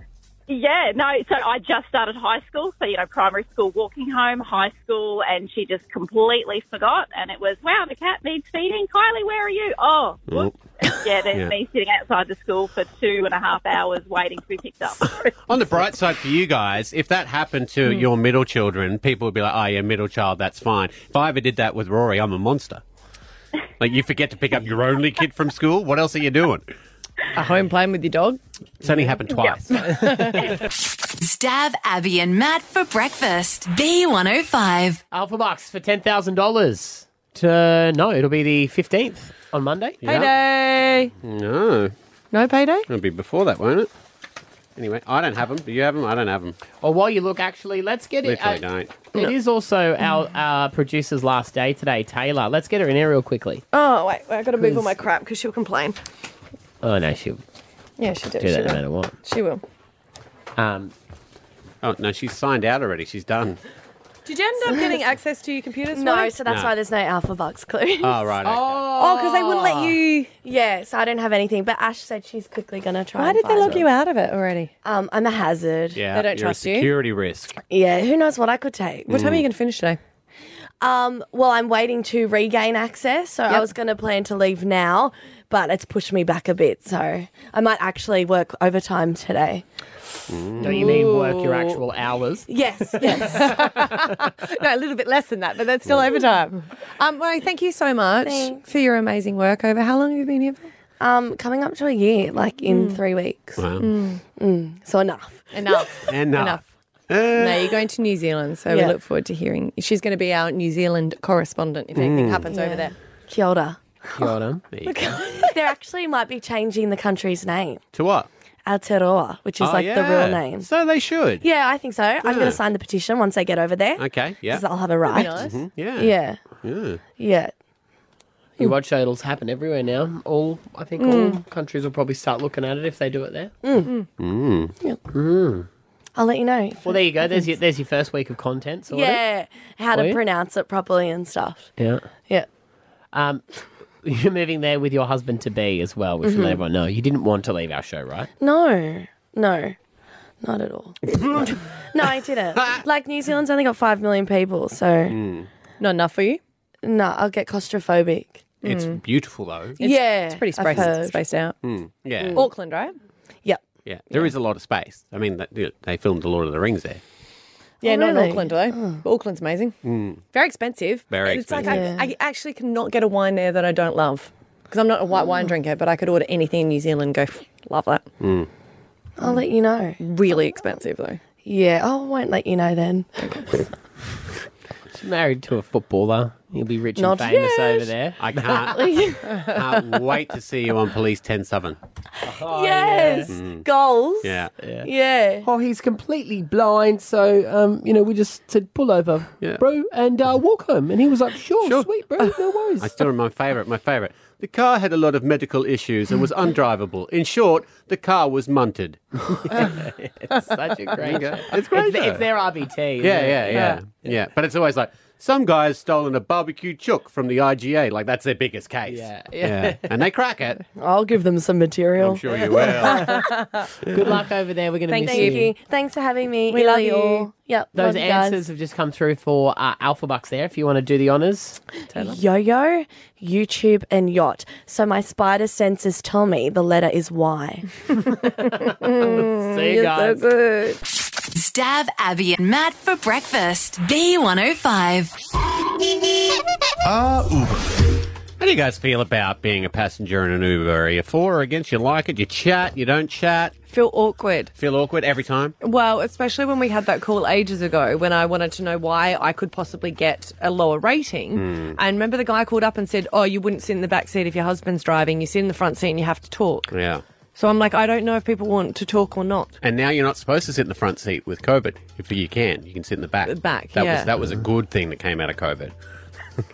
S12: Yeah, no, so I just started high school. So, you know, primary school, walking home, high school, and she just completely forgot. And it was, wow, the cat needs feeding. Kylie, where are you? Oh, yeah, there's
S2: Yeah.
S12: me sitting outside the school for two and a half hours waiting to be picked up.
S2: On the bright side for you guys, if that happened to
S12: Hmm.
S2: your middle children, people would be like, oh, yeah, middle child, that's fine. If I ever did that with Rory, I'm a monster. Like, you forget to pick up your only kid from school? What else are you doing?
S3: At home playing with your dog?
S2: It's only happened twice.
S5: Stab Abby and Matt for breakfast. B105.
S4: Alpha Bucks for ten thousand dollars. To no, it'll be the fifteenth on Monday.
S3: Payday.
S2: No.
S3: No payday?
S2: It'll be before that, won't it? Anyway, I don't have them. Do you have them? I don't have them.
S4: Or while you look, actually, let's get it.
S2: Literally
S4: uh,
S2: don't.
S4: It is also our uh, producer's last day today, Taylor. Let's get her in here real quickly.
S3: Oh, wait, wait I've got to move all my crap because she'll complain.
S4: Oh no, she'll
S3: Yeah, she did.
S4: do
S3: she
S4: that no
S3: will.
S4: matter what.
S3: She will.
S2: Um, oh, no, she's signed out already. She's done.
S3: Did you end up getting access to your computers?
S15: No, so that's
S2: No.
S15: why there's no Alpha Bucks clues.
S2: Oh, right, okay.
S15: Oh,
S3: because they wouldn't let you.
S15: Yeah, so I don't have anything. But Ash said she's quickly gonna try.
S3: Why
S15: and
S3: did they
S15: find
S3: lock
S15: them.
S3: you out of it already?
S15: Um, I'm a hazard.
S2: Yeah, you're a security risk.
S15: Yeah, who knows what I could take?
S2: What time are you Mm.
S3: gonna finish today?
S15: Um, well, I'm waiting to regain access, so I was gonna plan to leave now, but it's pushed me back a bit. So I might actually work overtime today.
S4: Don't you mean work your actual hours?
S15: Yes, yes.
S3: no, a little bit less than that, but that's still overtime. Um, well, thank you so much for your amazing work over. How long have you been here for?
S15: Um, coming up to a year, like in
S12: Hmm.
S15: three weeks.
S2: Wow.
S15: Mm, so enough.
S3: Enough.
S2: Enough.
S3: no, you're going to New Zealand, so
S15: Yeah.
S3: we look forward to hearing. She's going to be our New Zealand correspondent if anything
S15: Mm.
S3: happens over
S15: Yeah.
S3: there.
S15: Kia ora.
S2: There you go.
S15: they actually might be changing the country's name,
S2: To what?
S15: Aotearoa, which is
S2: Oh,
S15: like the
S2: yeah.
S15: real name.
S2: So they should.
S15: Yeah, I think so. I'm going
S2: Yeah.
S15: to sign the petition once I get over there.
S2: Okay, yeah.
S15: 'cause I'll have a right.
S2: Mhm, Yeah.
S15: Yeah.
S2: Yeah.
S15: Yeah.
S4: You watch how it'll happen everywhere now. All I think all
S15: Mm.
S4: countries will probably start looking at it if they do it there.
S15: Mm.
S2: Mm.
S4: Mm.
S15: I'll let you know.
S4: Well, there you go. There's your there's your first week of content. Sorted.
S15: yeah, how
S4: Oh,
S15: to
S4: yeah?
S15: pronounce it properly and stuff.
S4: Yeah.
S15: Yeah.
S4: Um, you're moving there with your husband to be as well. We should let
S15: Mhm.
S4: everyone know. You didn't want to leave our show, right?
S15: No, no, not at all. no, I didn't. Like New Zealand's only got five million people, so
S2: Mm.
S3: not enough for you.
S15: No, I'll get claustrophobic.
S2: Mm. It's beautiful though.
S15: yeah,
S3: it's pretty
S15: I've
S3: spaced,
S15: heard.
S3: spaced out.
S2: Mm, Yeah.
S3: Auckland, right?
S15: Yep.
S2: Yeah. There is a lot of space. I mean, that, you know, they filmed The Lord of the Rings there.
S3: Yeah,
S15: Oh,
S3: not in
S15: really?
S3: Auckland though. But Auckland's amazing.
S2: Mm.
S3: Very expensive.
S2: Very
S3: It's like
S2: expensive.
S3: I, I actually cannot get a wine there that I don't love because I'm not a white wine drinker, but I could order anything in New Zealand and go, "Pff, love that.
S2: Mm.
S15: I'll let you know.
S3: Really expensive though.
S15: Yeah, oh, I won't let you know then.
S4: She's married to a footballer. You'll be rich
S15: Not
S4: and famous
S15: yet.
S4: over there.
S2: I can't- Can't wait to see you on Police 10 Southern.
S15: yes,
S2: Oh, yeah. Mm.
S15: goals.
S2: Yeah.
S15: Yeah.
S4: Oh, he's completely blind. So, um, you know, we just said pull over,
S2: Yeah.
S4: bro, and uh, walk home. And he was like, sure, sweet, bro, no worries.
S2: I still remember my favourite. My favourite. The car had a lot of medical issues and was undrivable. In short, the car was munted.
S4: it's such a great
S2: There you
S4: show.
S2: go. It's great
S4: It's,
S2: show.
S4: their RBT.
S2: Yeah,
S4: isn't it?
S2: yeah, yeah, yeah, But it's always like some guy's stolen a barbecue chook from the IGA. Like that's their biggest case. Yeah,
S4: yeah.
S2: And they crack it.
S15: I'll give them some material.
S2: I'm sure you will.
S4: Good luck over there. We're going to
S15: Thank,
S4: miss
S15: you. Thanks for having me.
S3: We
S15: Ely
S3: love you.
S15: all. Yep.
S4: Those
S15: love you guys.
S4: answers have just come through for uh, Alpha Bucks there. If you want to do the honors,
S15: Yo yo, YouTube, and yacht. So my spider senses tell me the letter is Y.
S4: See
S15: you're so
S3: Uh,
S5: good. Stab Abby and Matt for breakfast. B105.
S2: Ah, Uber. How do you guys feel about being a passenger in an Uber? Are you for or against? You like it? You chat? You don't chat?
S3: Feel awkward.
S2: Feel awkward every time?
S3: Well, especially when we had that call ages ago when I wanted to know why I could possibly get a lower rating.
S2: Mm.
S3: And remember, the guy called up and said, Oh, you wouldn't sit in the back seat if your husband's driving. You sit in the front seat and you have to talk.
S2: Yeah.
S3: So I'm like, I don't know if people want to talk or not.
S2: And now you're not supposed to sit in the front seat with COVID. If you can, you can sit in the back. The
S3: back,
S2: That
S3: yeah.
S2: was that was a good thing that came out of COVID.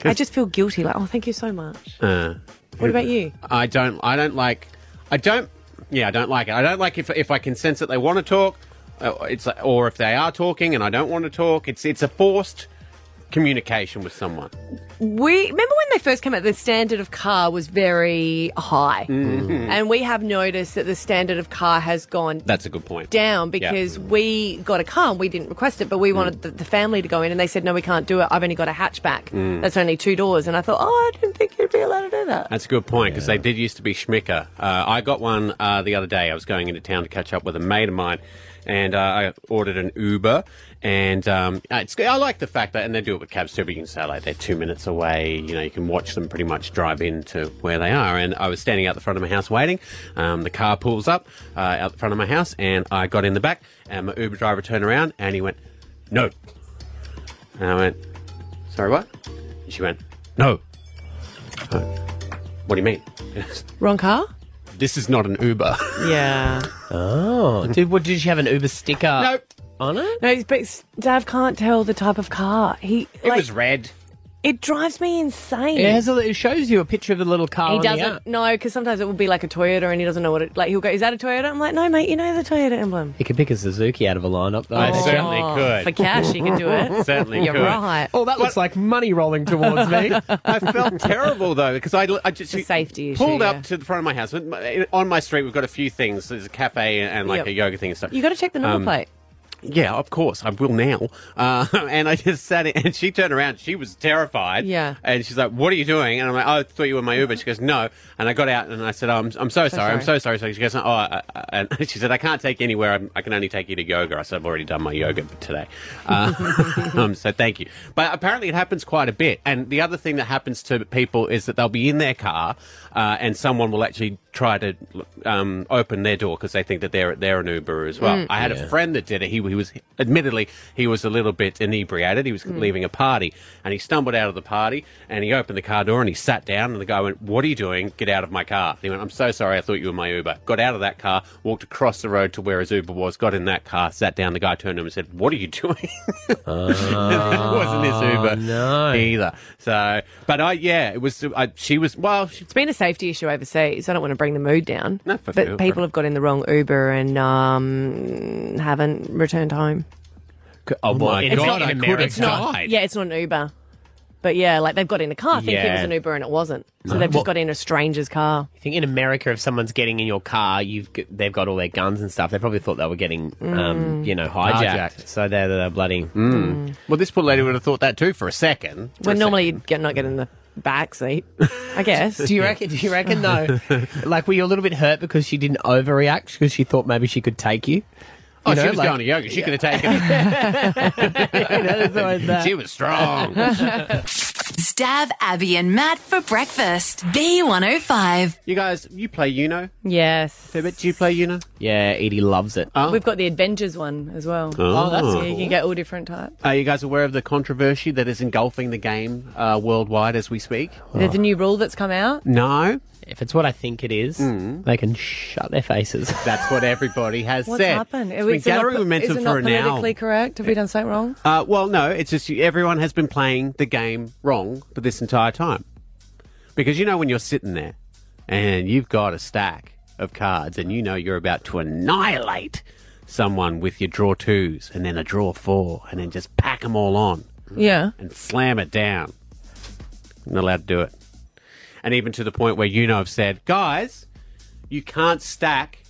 S3: I just feel guilty. Like, oh, thank you so much.
S2: Uh,
S3: What about you?
S2: I don't. I don't like. I don't. Yeah, I don't like it. I don't like if if I can sense that they want to talk. Uh, it's like, or if they are talking and I don't want to talk. It's it's a forced communication with someone.
S3: we remember when they first came out, the standard of car was very high.
S2: Mhm.
S3: And we have noticed that the standard of car has gone
S2: That's a good point.
S3: down
S2: Yeah.
S3: because we got a car and we didn't request it, but we wanted the, the family to go in and they said, no, we can't do it. I've only got a hatchback.
S2: Mm.
S3: That's only two doors. And I thought, oh, I didn't think you'd be allowed to do that.
S2: That's a good point because they did used to be Schmicker. Uh, I got one uh, the other day. I was going into town to catch up with a mate of mine, and uh, I ordered an Uber. And um, it's, I like the fact that, and they do it with cabs too, but you can say like they're two minutes away. You know, you can watch them pretty much drive into where they are. And I was standing out the front of my house waiting. Um, the car pulls up uh, out the front of my house, and I got in the back, and my Uber driver turned around and he went, "No," and I went, "Sorry, what?" And she went, "No." What do you mean?
S3: Wrong car?
S2: this is not an Uber.
S4: Yeah. Oh, did what did you have an Uber sticker?
S2: Nope.
S4: On it?
S3: No, it's- but Dav can't tell the type of car. He
S4: It
S3: like,
S4: was red.
S3: It drives me insane.
S4: It, has a, li- it shows you a picture of the little car.
S3: he
S4: on the app.
S3: doesn't know because sometimes it will be like a Toyota and he doesn't know what it like. He'll go, "Is that a Toyota?" I'm like, "No, mate, you know the Toyota emblem."
S16: He could pick a Suzuki out of a lineup, though.
S4: I certainly Oh, could.
S3: for cash, you can do it.
S2: Certainly
S3: You're
S2: could.
S3: right.
S16: Oh, that looks like money rolling towards me.
S2: I felt terrible though because I, I just
S3: The safety issue,
S2: pulled
S3: yeah.
S2: up to the front of my house. And my- On my street, we've got a few things. There's a cafe and like
S3: Yep.
S2: a yoga thing and stuff.
S3: You got to check the number
S2: Um,
S3: plate.
S2: Yeah, of course. I will now. Uh, and I just sat in, and she turned around. She was terrified.
S3: Yeah.
S2: And she's like, What are you doing? And I'm like, oh, I thought you were my Uber. She goes, No. And I got out and I said, oh, I'm, I'm so,
S3: So
S2: sorry. I'm so
S3: sorry.
S2: sorry. So she goes, Oh, I, I, and she said, I can't take you anywhere. I'm, I can only take you to yoga. I said, I've already done my yoga today. Uh, um, so thank you. But apparently it happens quite a bit. And the other thing that happens to people is that they'll be in their car uh, and someone will actually try to um, open their door because they think that they're, they're an Uber as well.
S16: Mm.
S2: I had a
S16: Yeah.
S2: friend friend that did it, he, he was, admittedly, he was a little bit inebriated. He was
S16: Mm.
S2: leaving a party and he stumbled out of the party and he opened the car door and he sat down and the guy went, What are you doing? Get out of my car. And he went, I'm so sorry. I thought you were my Uber. Got out of that car, walked across the road to where his Uber was, got in that car, sat down. The guy turned to him and said, What are you doing? it wasn't his
S16: Oh,
S2: Uber no. either. So, but I, yeah, it was, I, she was, well, she,
S3: It's been a safety issue overseas. I don't want to bring the mood down.
S2: No, for
S3: but
S2: sure.
S3: people have got in the wrong Uber and um, haven't returned home.
S2: oh
S16: my
S2: my
S16: God,
S2: God,
S16: in
S2: I could
S16: America.
S2: have
S16: It's not-
S2: died.
S3: Yeah, it's not an Uber. But yeah, like they've got in a car thinking it was
S4: Yeah.
S3: an Uber and it wasn't. So
S4: No.
S3: they've just
S4: Well-
S3: got in a stranger's car.
S4: I think in America, if someone's getting in your car, you've g- they've got all their guns and stuff. They probably thought they were getting, um,
S2: Mm.
S4: you know, hijacked.
S2: Hijacked.
S4: So they're, they're bloody. hmm.
S2: Mm. Well, this poor lady would have thought that too for a second.
S3: Well, normally you'd get, not get in the back seat, I guess.
S4: Do you reckon? Do you reckon though? like, were you a little bit hurt because she didn't overreact because she thought maybe she could take you?
S2: Oh,
S4: You know,
S2: she was
S4: like-
S2: going to yoga. She could have taken it. she was strong.
S5: Stab Abby and Matt for breakfast. B105.
S2: You guys, you play Uno?
S3: Yes.
S2: Fibbit, do you play Uno?
S4: Yeah, Edie loves it.
S3: We've got the Avengers one as well.
S2: Oh, that's
S3: Yeah,
S2: cool.
S3: You can get all different types.
S2: Are you guys aware of the controversy that is engulfing the game uh, worldwide as we speak?
S3: There's a new rule that's come out.
S2: No.
S4: If it's what I think it is,
S2: Mm.
S4: they can shut their faces.
S2: That's what everybody has
S3: What's
S2: said.
S3: happened?
S2: It's been
S3: Is it not
S2: gathering
S3: po-
S2: momentum
S3: is it
S2: for
S3: not
S2: an hour.
S3: politically correct? Have we done something wrong?
S2: Uh, well, no, it's just everyone has been playing the game wrong for this entire time. Because you know when you're sitting there and you've got a stack of cards and you know you're about to annihilate someone with your draw twos and then a draw four and then just pack them all on
S3: Yeah.
S2: and slam it down. Not allowed to do it. And even to the point where you know have said, guys, you can't stack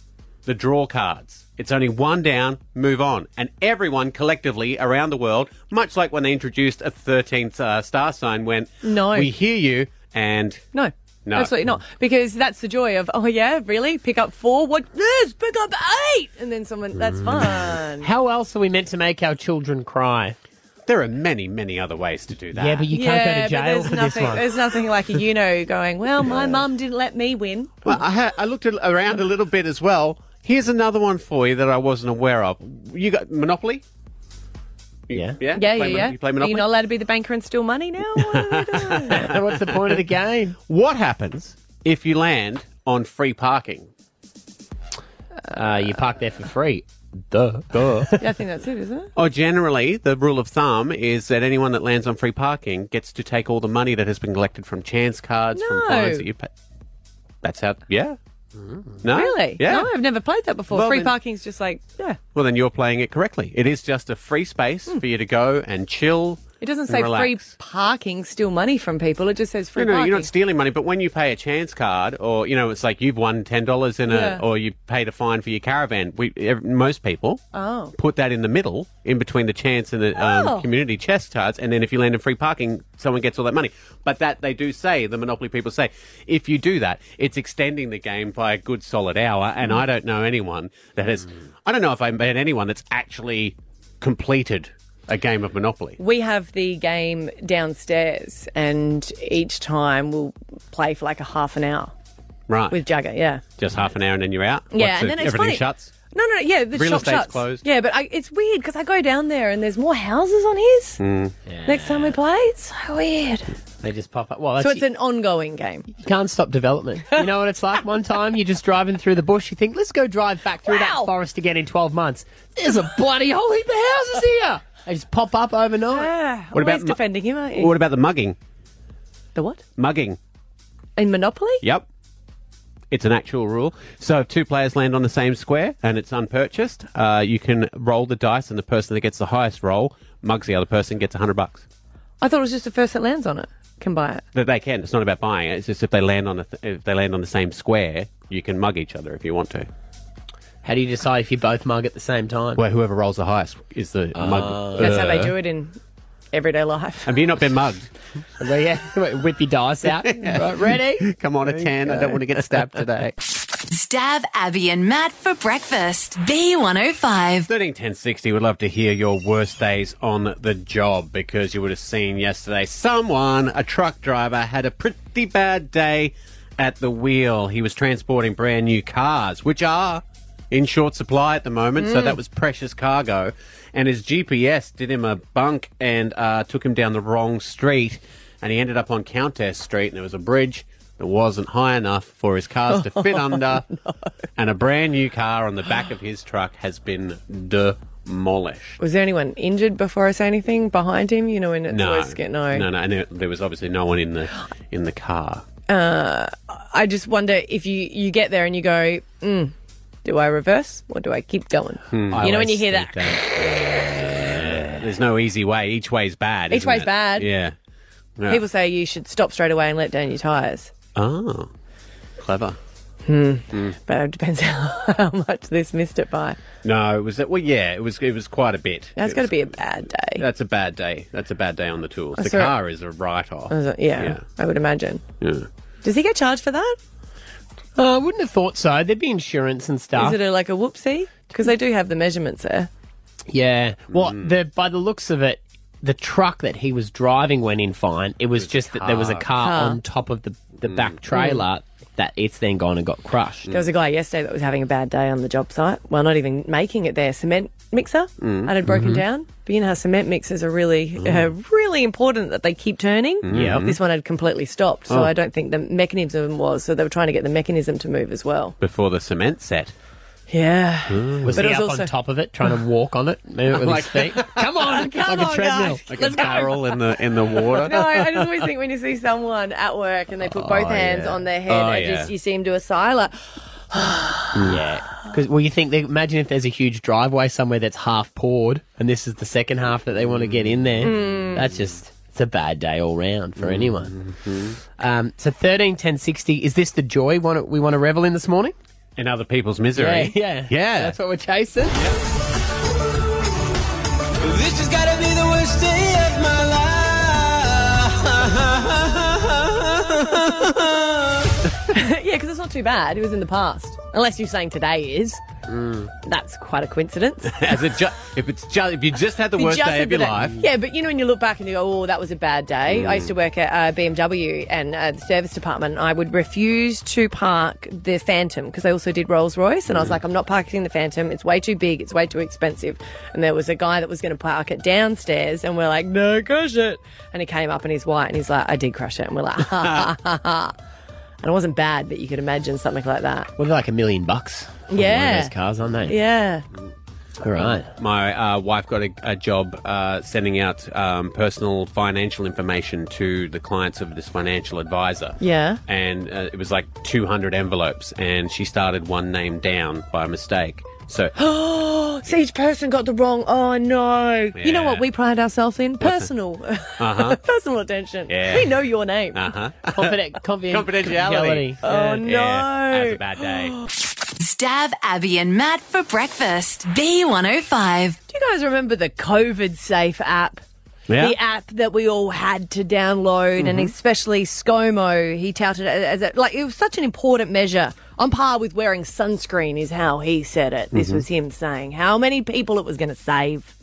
S2: the draw cards. It's only one down, move on. And everyone collectively around the world, much like when they introduced a 13th uh, star sign, went,
S3: No.
S2: We hear you, and
S3: No.
S2: No.
S3: Absolutely not. Because that's the joy of, oh, yeah, really? Pick up four? What? Yes, pick up eight! And then someone, that's
S2: Mm.
S3: fun.
S4: Mm. How else are we meant to make our children cry?
S2: There are many, many other ways to do that.
S4: Yeah, but you can't go to
S3: but
S4: jail
S3: there's
S4: for
S3: nothing,
S4: this one.
S3: There's nothing like a you know going, well, my mum didn't let me win.
S2: Well, I, ha- I looked at, around a little bit as well. Here's another one for you that I wasn't aware of. You got Monopoly? Yeah. Yeah,
S3: Yeah, yeah,
S2: Play Mon-
S3: yeah.
S2: You play
S3: Are
S2: Monopoly?
S3: you not allowed to be the banker and steal money now?
S4: What's the point of the game?
S2: What happens if you land on free parking?
S4: Uh, you park there for free. Duh. Duh.
S3: Yeah, I think that's it, isn't it?
S2: Or generally, the rule of thumb is that anyone that lands on free parking gets to take all the money that has been collected from chance cards,
S3: No.
S2: from fines that you pay. That's how. Yeah. No.
S3: Mm. Really?
S2: Yeah.
S3: No, I've never played that before.
S2: Well,
S3: Free
S2: then-
S3: parking's just like, yeah. Hmm.
S2: Well, then you're playing it correctly. It is just a free space for you to go and chill,
S3: It doesn't
S2: and
S3: say
S2: relax.
S3: free parking, steal money from people. It just says free
S2: No, no,
S3: parking.
S2: you're not stealing money, but when you pay a chance card, or you know, it's like you've won ten dollars in a,
S3: Yeah.
S2: or you paid a fine for your caravan. We ev- most people
S3: Oh.
S2: put that in the middle, in between the chance and the um,
S3: Oh.
S2: community chess cards, and then if you land in free parking, someone gets all that money. But that they do say, the Monopoly people say, if you do that, it's extending the game by a good solid hour.
S3: Mm.
S2: And I don't know anyone that has, I don't know if I've met anyone that's actually completed a game of Monopoly.
S3: We have the game downstairs, and each time we'll play for like a half an hour
S2: Right.
S3: with Jagger. Yeah.
S2: Just half an hour and then you're out.
S3: Yeah,
S2: What's
S3: and
S2: it-
S3: then it's
S2: everything
S3: funny-
S2: shuts.
S3: No, no, no, yeah, the
S2: Real
S3: shop
S2: estate's
S3: shuts.
S2: closed.
S3: Yeah, but I, it's weird because I go down there and there's more houses on his.
S2: Hmm.
S3: Next time we play, it's so weird.
S4: They just pop up. Well,
S3: so it's an ongoing game.
S4: You can't stop development. You know what it's like? One time you're just driving through the bush, you think, let's go drive back through that forest again in 12 months. There's a bloody whole heap of houses here. They just pop up overnight.
S2: What about always mu- defending
S3: him, aren't
S2: What about the mugging?
S3: The what?
S2: Mugging.
S3: In Monopoly?
S2: Yep. It's an actual rule. So if two players land on the same square and it's unpurchased, uh, you can roll the dice, and the person that gets the highest roll mugs the other person, gets a hundred bucks.
S3: I thought it was just the first that lands on it can buy it.
S2: That they can. It's not about buying it. It's just if they land on a th- if they land on the same square, you can mug each other if you want to.
S4: How do you decide if you both mug at the same time?
S2: Well, whoever rolls the highest is the mug.
S3: That's how they do it in everyday life.
S2: Have you not been mugged?
S4: yeah, whip your dice out. Right, ready?
S2: Come on, a ten. I don't want to get stabbed today.
S5: Stab Abby and Matt for breakfast. B105.
S2: 131060 would love to hear your worst days on the job because you would have seen yesterday someone, a truck driver, had a pretty bad day at the wheel. He was transporting brand new cars, which are in short supply at the moment, so
S17: Mm.
S2: that was precious cargo. And his GPS did him a bunk and uh, took him down the wrong street. And he ended up on Countess Street, and there was a bridge that wasn't high enough for his cars to
S3: Oh,
S2: fit under and a brand new car on the back of his truck has been demolished.
S3: Was there anyone injured before I say anything behind him? You know, when it's
S2: No,
S3: always scared. No.
S2: no, no, and there, there was obviously no one in the in the car.
S3: Uh, I just wonder if you, you get there and you go, mm, do I reverse or do I keep going?
S4: Mm.
S2: Hmm. I
S3: You know, when you
S2: always
S3: hear that,
S2: think There's no easy way. Each way's bad.
S3: Each
S2: isn't
S3: way's
S2: it?
S3: bad.
S2: Yeah. Yeah.
S3: people say you should stop straight away and let down your tyres.
S2: oh, clever.
S3: Hmm.
S2: Hmm.
S3: But it depends how, how much this missed it by.
S2: No, it was well, yeah, it was it was quite a bit.
S3: That's
S2: It
S3: got to
S2: was-
S3: be a bad day.
S2: That's a bad day. That's a bad day on the tools.
S3: I
S2: The
S3: saw it.
S2: car is a write-off.
S3: I was like, yeah, I would imagine.
S2: Yeah. yeah.
S3: Does he get charged for that?
S4: Uh, I wouldn't have thought so. There'd be insurance and
S3: Is
S4: stuff.
S3: it a, like a whoopsie? Because they do have the measurements there.
S4: Yeah. Well, the by the looks of it, the truck that he was driving went in fine. It was just that there was a
S3: car.
S4: car, Hmm.
S3: Car. Hmm.
S4: on top of the the back trailer that it's then gone and got crushed.
S3: There was a guy yesterday that was having a bad day on the job site. Well, not even making it there. Cement mixer
S4: Mm.
S3: had it broken
S4: Mhm.
S3: down. But you know how cement mixers are really, uh, really important that they keep turning.
S4: Mm. Yep.
S3: This one had completely stopped, so
S2: Oh.
S3: I don't think the mechanism was. So they were trying to get the mechanism to move as well. Oh,
S2: Before the cement set.
S3: Yeah.
S4: Was
S3: But
S4: he
S3: it was
S4: up
S3: also-
S4: on top of it, trying to walk on it, move it with
S2: Like-
S4: his feet? Come on,
S3: Come
S4: like
S3: on,
S4: a treadmill,
S3: guys.
S4: like
S3: Let's
S4: a
S3: go.
S2: barrel in the in the water.
S3: No, I just always think when you see someone at work and they put both
S4: Oh,
S3: hands
S4: yeah.
S3: on their head,
S4: Oh,
S3: they
S4: yeah.
S3: just you see them do a sigh like,
S4: Yeah. Because well, you think they, imagine if there's a huge driveway somewhere that's half poured, and this is the second half that they want to get in there.
S3: Mm.
S4: That's just it's a bad day all round for
S2: Mm-hmm.
S4: anyone. Um, so thirteen ten sixty is this the joy one we want to revel in this morning?
S2: In other people's misery.
S4: Yeah, yeah,
S2: Yeah.
S4: That's what we're chasing.
S7: This has gotta be the worst day of my life.
S3: yeah, because it's not too bad. It was in the past, unless you're saying today is.
S4: Mm.
S3: That's quite a coincidence.
S2: As it ju- if it's ju- if you just had the
S3: You
S2: worst
S3: just
S2: day
S3: had
S2: of
S3: the
S2: your
S3: day-
S2: life,
S3: Yeah, but you know when you look back and you go, oh, that was a bad day. I used to work at uh, BMW and uh, the service department. I would refuse to park the Phantom because they also did Rolls Royce, and I was like, I'm not parking the Phantom. It's way too big. It's way too expensive. And there was a guy that was going to park it downstairs, and we're like, no, crush it. And he came up and he's white, and he's like, I did crush it, and we're like, ha ha ha ha. And it wasn't bad, but you could imagine something like that.
S4: Well, they're like a million bucks. for one of
S3: Yeah.
S4: those cars, aren't they?
S3: Yeah.
S2: All right. My uh, wife got a, a job uh, sending out um, personal financial information to the clients of this financial advisor.
S3: Yeah.
S2: And uh, it was like 200 envelopes, and she started one name down by mistake. So
S3: Oh, so each person got the wrong. Oh no! You know
S2: Yeah.
S3: what we pride ourselves in?
S2: What's that?
S3: Personal,
S2: Uh-huh.
S3: personal attention.
S2: Yeah.
S3: We know your name.
S2: Uh-huh.
S4: Confident,
S5: Confidentiality.
S3: Oh
S5: Yeah.
S3: no!
S5: Yeah.
S2: That was a bad day.
S5: Stab Abby and Matt for breakfast. B105.
S3: Do you guys remember the COVID Safe app?
S5: Yeah.
S3: The app that we all had to download,
S2: Mm-hmm.
S3: and especially ScoMo, he touted it as a, like it was such an important measure on par with wearing sunscreen, is how he said it. This
S2: Mm-hmm.
S18: Mhm.
S3: was him saying how many people it was going to save.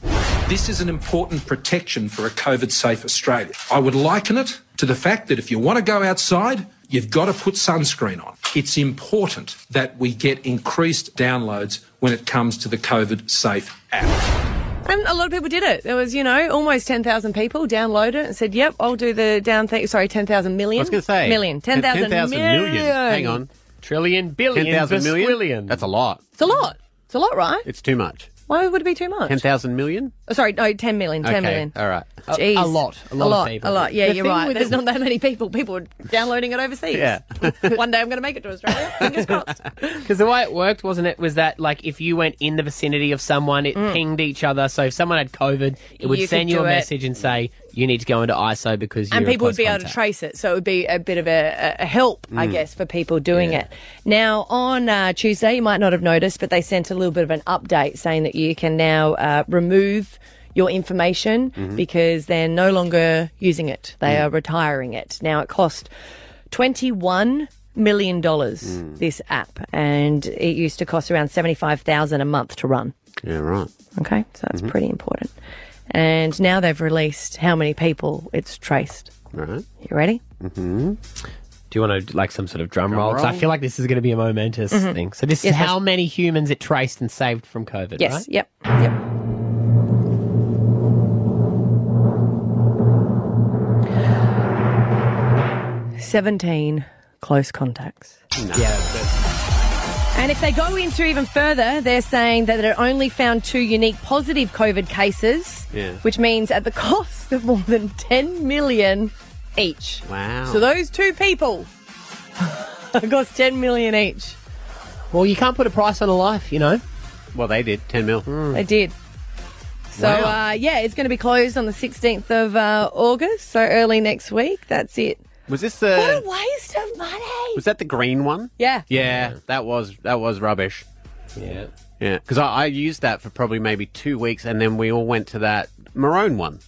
S18: This is an important protection for a COVID safe Australia. I would liken it to the fact that if you want to go outside, you've got to put sunscreen on. It's important that we get increased downloads when it comes to the COVID safe
S3: And a lot of people did it. There was, you know, almost 10,000 people downloaded it and said, yep, I'll do the down thing. Sorry, 10,000 million.
S4: I was gonna say,
S3: Million. 10,000 million.
S2: Hang on.
S4: Trillion, billion,
S2: 10,000 million?
S4: squillion.
S2: That's a lot.
S3: It's a lot. It's a lot, right?
S2: It's too much.
S3: Why would it be too much?
S2: 10,000 million?
S3: Oh, sorry, no, 10 million. 10
S2: okay.
S3: million.
S2: All right. Oh,
S3: Jeez.
S4: a lot, a lot of people.
S3: A lot. Yeah,
S4: The
S3: you're
S4: thing
S3: right.
S4: with
S3: There's
S4: the-
S3: not that many people. People are downloading it overseas.
S4: Yeah.
S3: One day I'm going to make it to Australia.
S4: Because the way it worked, wasn't it, was that like if you went in the vicinity of someone, it
S3: Mm.
S4: pinged each other. So if someone had COVID, it would
S3: You could
S4: send you a
S3: do it.
S4: message and say you need to go into ISO because you're
S3: and
S4: a
S3: people would
S4: close
S3: be able to
S4: contact."
S3: trace it. So it would be a bit of a, a help, I
S4: Mm.
S3: guess, for people doing it. Now, on uh, Tuesday, you might not have noticed, but they sent a little bit of an update saying that you can now uh, remove your information
S4: Mm-hmm.
S15: Mhm.
S3: because they're no longer using it. They
S15: Mm.
S3: are retiring it. Now, it cost $21 million,
S4: Mm.
S3: this app, and it used to cost around 75000 a month to run.
S2: Yeah, right.
S3: Okay, so that's pretty important. And now they've released how many people it's traced.
S2: Right.
S3: You ready?
S4: Mm-hmm. Do you want to like some sort of drum,
S3: Drum
S4: roll? 'Cause I
S3: roll.
S4: feel like this is going to be a momentous
S3: Mhm.
S4: thing. So this
S3: Yes,
S4: is how
S3: yes.
S4: many humans it traced and saved from COVID.
S3: yes.
S4: Right?
S3: Yep. Yep. Seventeen close contacts. And if they go into even further, they're saying that it only found two unique positive COVID cases,
S2: Yeah.
S3: which means at the cost of more than 10 million each.
S2: Wow.
S3: So those two people cost 10 million each.
S4: Well, you can't put a price on a life, you know.
S2: Well, they did. 10 mil.
S3: They did. So
S2: Wow.
S3: uh, yeah, it's going to be closed on the 16th of uh, August, so early next week. That's it.
S2: Was this the.
S3: Waste of money.
S2: Was that the green one?
S3: Yeah.
S2: Yeah, that was that was rubbish.
S4: Yeah.
S2: Yeah, because I, I used that for probably maybe two weeks, and then we all went to that maroon one.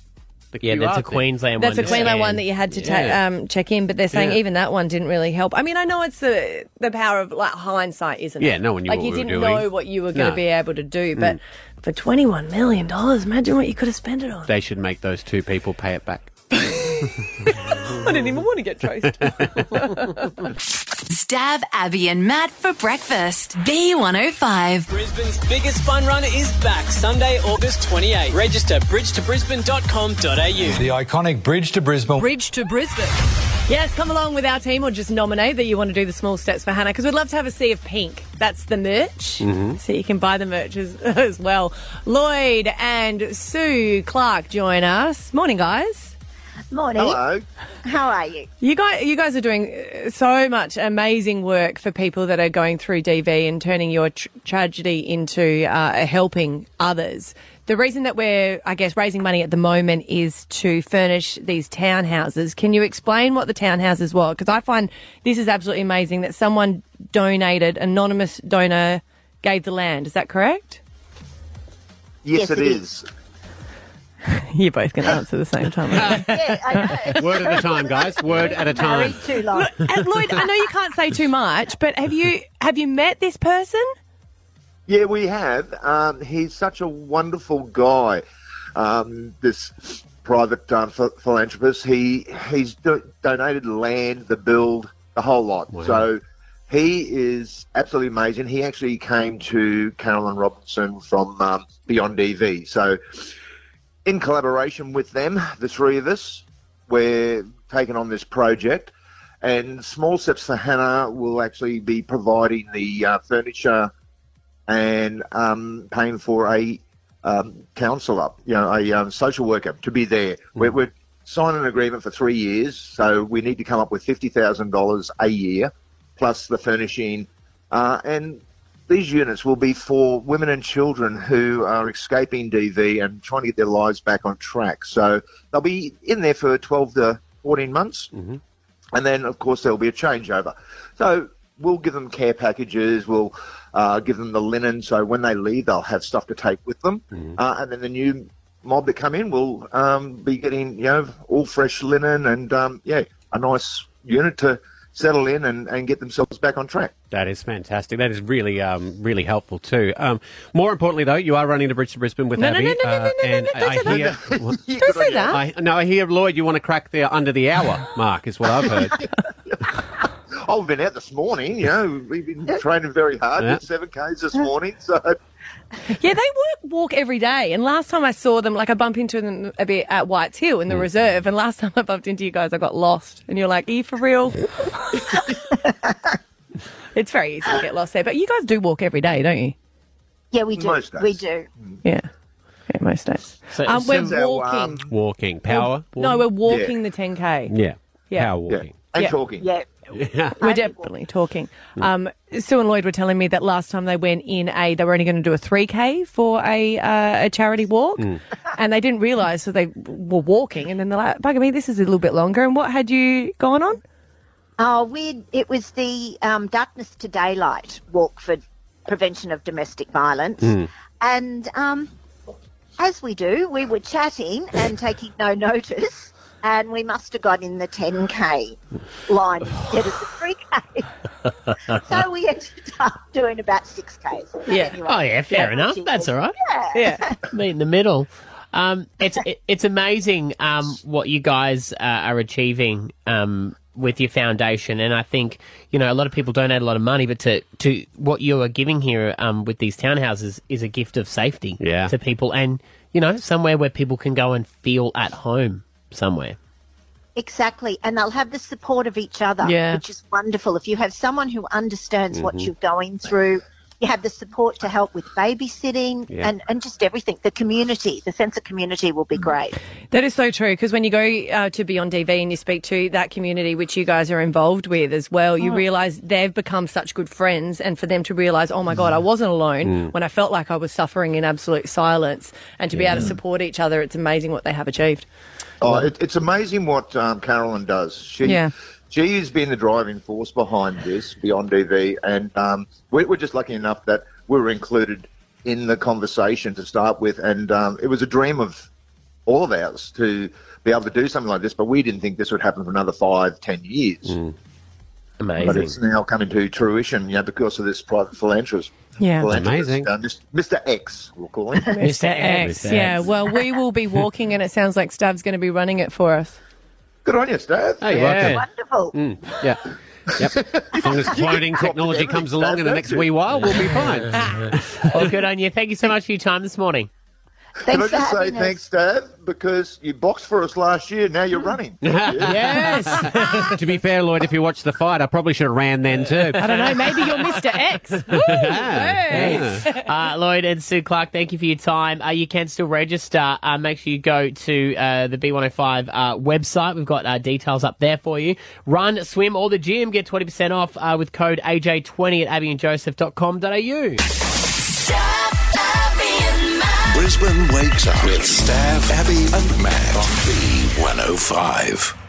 S2: The
S4: Yeah, that's a Queensland
S3: That's a Queensland one that you had to ta-
S2: Yeah.
S3: um, check in, but they're saying
S2: Yeah.
S3: even that one didn't really help. I mean, I know it's the the power of like hindsight, isn't it?
S2: Yeah, no one knew
S3: like
S2: what we
S3: you
S2: were
S3: didn't
S2: doing.
S3: know what you were going to
S2: No.
S3: be able to do, but
S2: Mm.
S3: for twenty one million dollars, imagine what you could have spent it on.
S2: They should make those two people pay it back.
S3: I didn't even want to get traced.
S5: Stab Abby and Matt for breakfast. B105.
S19: Brisbane's biggest fun run is back Sunday, August 28. Register bridgetobrisbane.com.au.
S20: The iconic Bridge to Brisbane.
S3: Bridge to Brisbane. Yes, come along with our team or just nominate that you want to do the small steps for Hannah because we'd love to have a sea of pink. That's the merch. So you can buy the merch as, as well. Lloyd and Sue Clark join us. Morning, guys.
S21: Morning. Hello. How are you?
S3: You guys, you guys are doing uh, so much amazing work for people that are going through DV and turning your tr- tragedy into uh, helping others. The reason that we're, I guess, raising money at the moment is to furnish these townhouses. Can you explain what the townhouses were? Because I find this is absolutely amazing that someone donated, anonymous donor gave the land. Is that correct?
S22: Yes,
S3: Yes,
S22: it
S3: it
S22: is. Uh,
S3: You're both going to answer the same time.
S2: Word at a time, guys. Word at a time.
S21: Too long.
S3: and Uh, Lloyd, I know you can't say too much, but have you have you met this person?
S22: Yeah, we have. Um, he's such a wonderful guy. Um, this private um, ph- philanthropist. He he's do- donated land, the build, the whole lot. So he is absolutely amazing. He actually came to Carolyn Robinson from um, Beyond EV. So in collaboration with them, the three of us, we're taking on this project. And Small Steps for Hannah will actually be providing the uh, furniture and um, paying for a um, counsellor, you know, a um, social worker to be there. We're, we're signing an agreement for three years, so we need to come up with $50,000 a year plus the furnishing. Uh, and these units will be for women and children who are escaping DV and trying to get their lives back on track. So they'll be in there for 12 to 14 months. And then, of course, there'll be a changeover. So we'll give them care packages. We'll uh, give them the linen. So when they leave, they'll have stuff to take with them. Uh, and then the new mob that come in will um, be getting, you know, all fresh linen and, um, yeah, a nice unit to settle in and, and get themselves back on track.
S2: That is fantastic. That is really, um, really helpful too. Um, more importantly, though, you are running to Bridge to Brisbane with
S3: No, no,
S2: Abby.
S3: no, no, no,
S2: uh,
S3: no, no,
S2: and
S3: no, don't
S2: I
S3: say that.
S2: hear,
S3: Don't say that.
S2: I, no, I hear, Lloyd, you want to crack the under the hour mark, is what I've heard.
S22: Oh, we've been out this morning. You know, we've been training very hard.
S2: Yeah.
S22: Did seven k's this morning. So
S3: Yeah, they work, walk every day. And last time I saw them, like I bump into them a bit at White's Hill in the reserve. And last time I bumped into you guys, I got lost. And you're like, "Are you for real?" it's very easy to get lost there. But you guys do walk every day, don't you?
S21: Yeah, we do.
S3: Most
S21: We do.
S3: Yeah. Yeah, most days. Um, we're walking.
S2: walking power.
S3: no, we're walking the 10K.
S2: Yeah.
S3: Yeah.
S2: Power walking.
S3: And Yeah. talking.
S21: Yeah.
S2: Yeah.
S3: We're definitely talking. Um, Sue and Lloyd were telling me that last time they went in a, they were only going to do a 3K for a uh, a charity walk, and they didn't realise, so they were walking, and then they're like, "Bugger me, this is a little bit longer." And what had you gone on?
S21: Oh, we it was the um, darkness to daylight walk for prevention of domestic violence, and um, as we do, we were chatting and taking no notice, and we must have got in the 10k line instead of the 3k. so we ended up doing about 6ks.
S4: Yeah.
S21: Anyway.
S4: Oh yeah, fair
S21: Yeah.
S4: enough. That's all right.
S21: Yeah.
S4: Meet in the middle. Um, it's it, it's amazing um, what you guys uh, are achieving um, with your foundation, and I think you know a lot of people donate a lot of money, but to to what you are giving here um, with these townhouses is a gift of safety
S2: Yeah.
S4: to people, and you know somewhere where people can go and feel at home somewhere.
S21: Exactly, and they'll have the support of each other,
S4: Yeah.
S21: which is wonderful. If you have someone who understands what
S4: Mhm.
S21: you're going through, you have the support to help with babysitting
S3: Yeah.
S21: and, and just everything. The community, the sense of community will be great.
S3: That is so true because when you go uh, to Beyond DV and you speak to that community, which you guys are involved with as well, you
S21: Oh.
S3: realise they've become such good friends. And for them to realise, oh my God, I wasn't alone
S15: Mm.
S3: when I felt like I was suffering in absolute silence, and to be able to
S22: Yeah.
S3: support each other, it's amazing what they have achieved.
S22: Oh, it, it's amazing what um, Carolyn does. She,
S3: Yeah.
S22: she has been the driving force behind this beyond DV, and um, we, we're just lucky enough that we were included in the conversation to start with, and um, it was a dream of all of ours to be able to do something like this, but we didn't think this would happen for another five, ten years.
S2: Mm.
S4: Amazing.
S22: But it's now coming to fruition, you know, because of this private philanthropist.
S3: Yeah.
S22: philanthropist,
S2: Amazing.
S22: uh, Mr. Mr. X, we'll call him.
S3: Mr. X, yeah. Well, we will be walking, and it sounds like Stav's going to be running it for us.
S22: Good on you, Stav.
S2: Hey, Yeah.
S21: Wonderful.
S2: Yeah. Yep. As long as cloning technology comes along in the next wee while, we'll be fine.
S4: well, good on you. Thank you so much for your time this morning.
S22: Can I just say thanks, Dad, because you boxed for us last year. Now you're running.
S2: yes. to be fair, Lloyd, if you watched the fight, I probably should have ran then too.
S3: I don't know. Maybe you're Mr. X.
S2: Yeah.
S4: uh, Lloyd and Sue Clark, thank you for your time. Uh, you can still register. Uh, make sure you go to uh, the B105 uh, website. We've got uh, details up there for you. Run, swim, or the gym. Get 20% off uh, with code AJ20 at abbyandjoseph.com.au.
S1: oh
S18: Brisbane wakes up with Stav, Abby, and Matt on B105.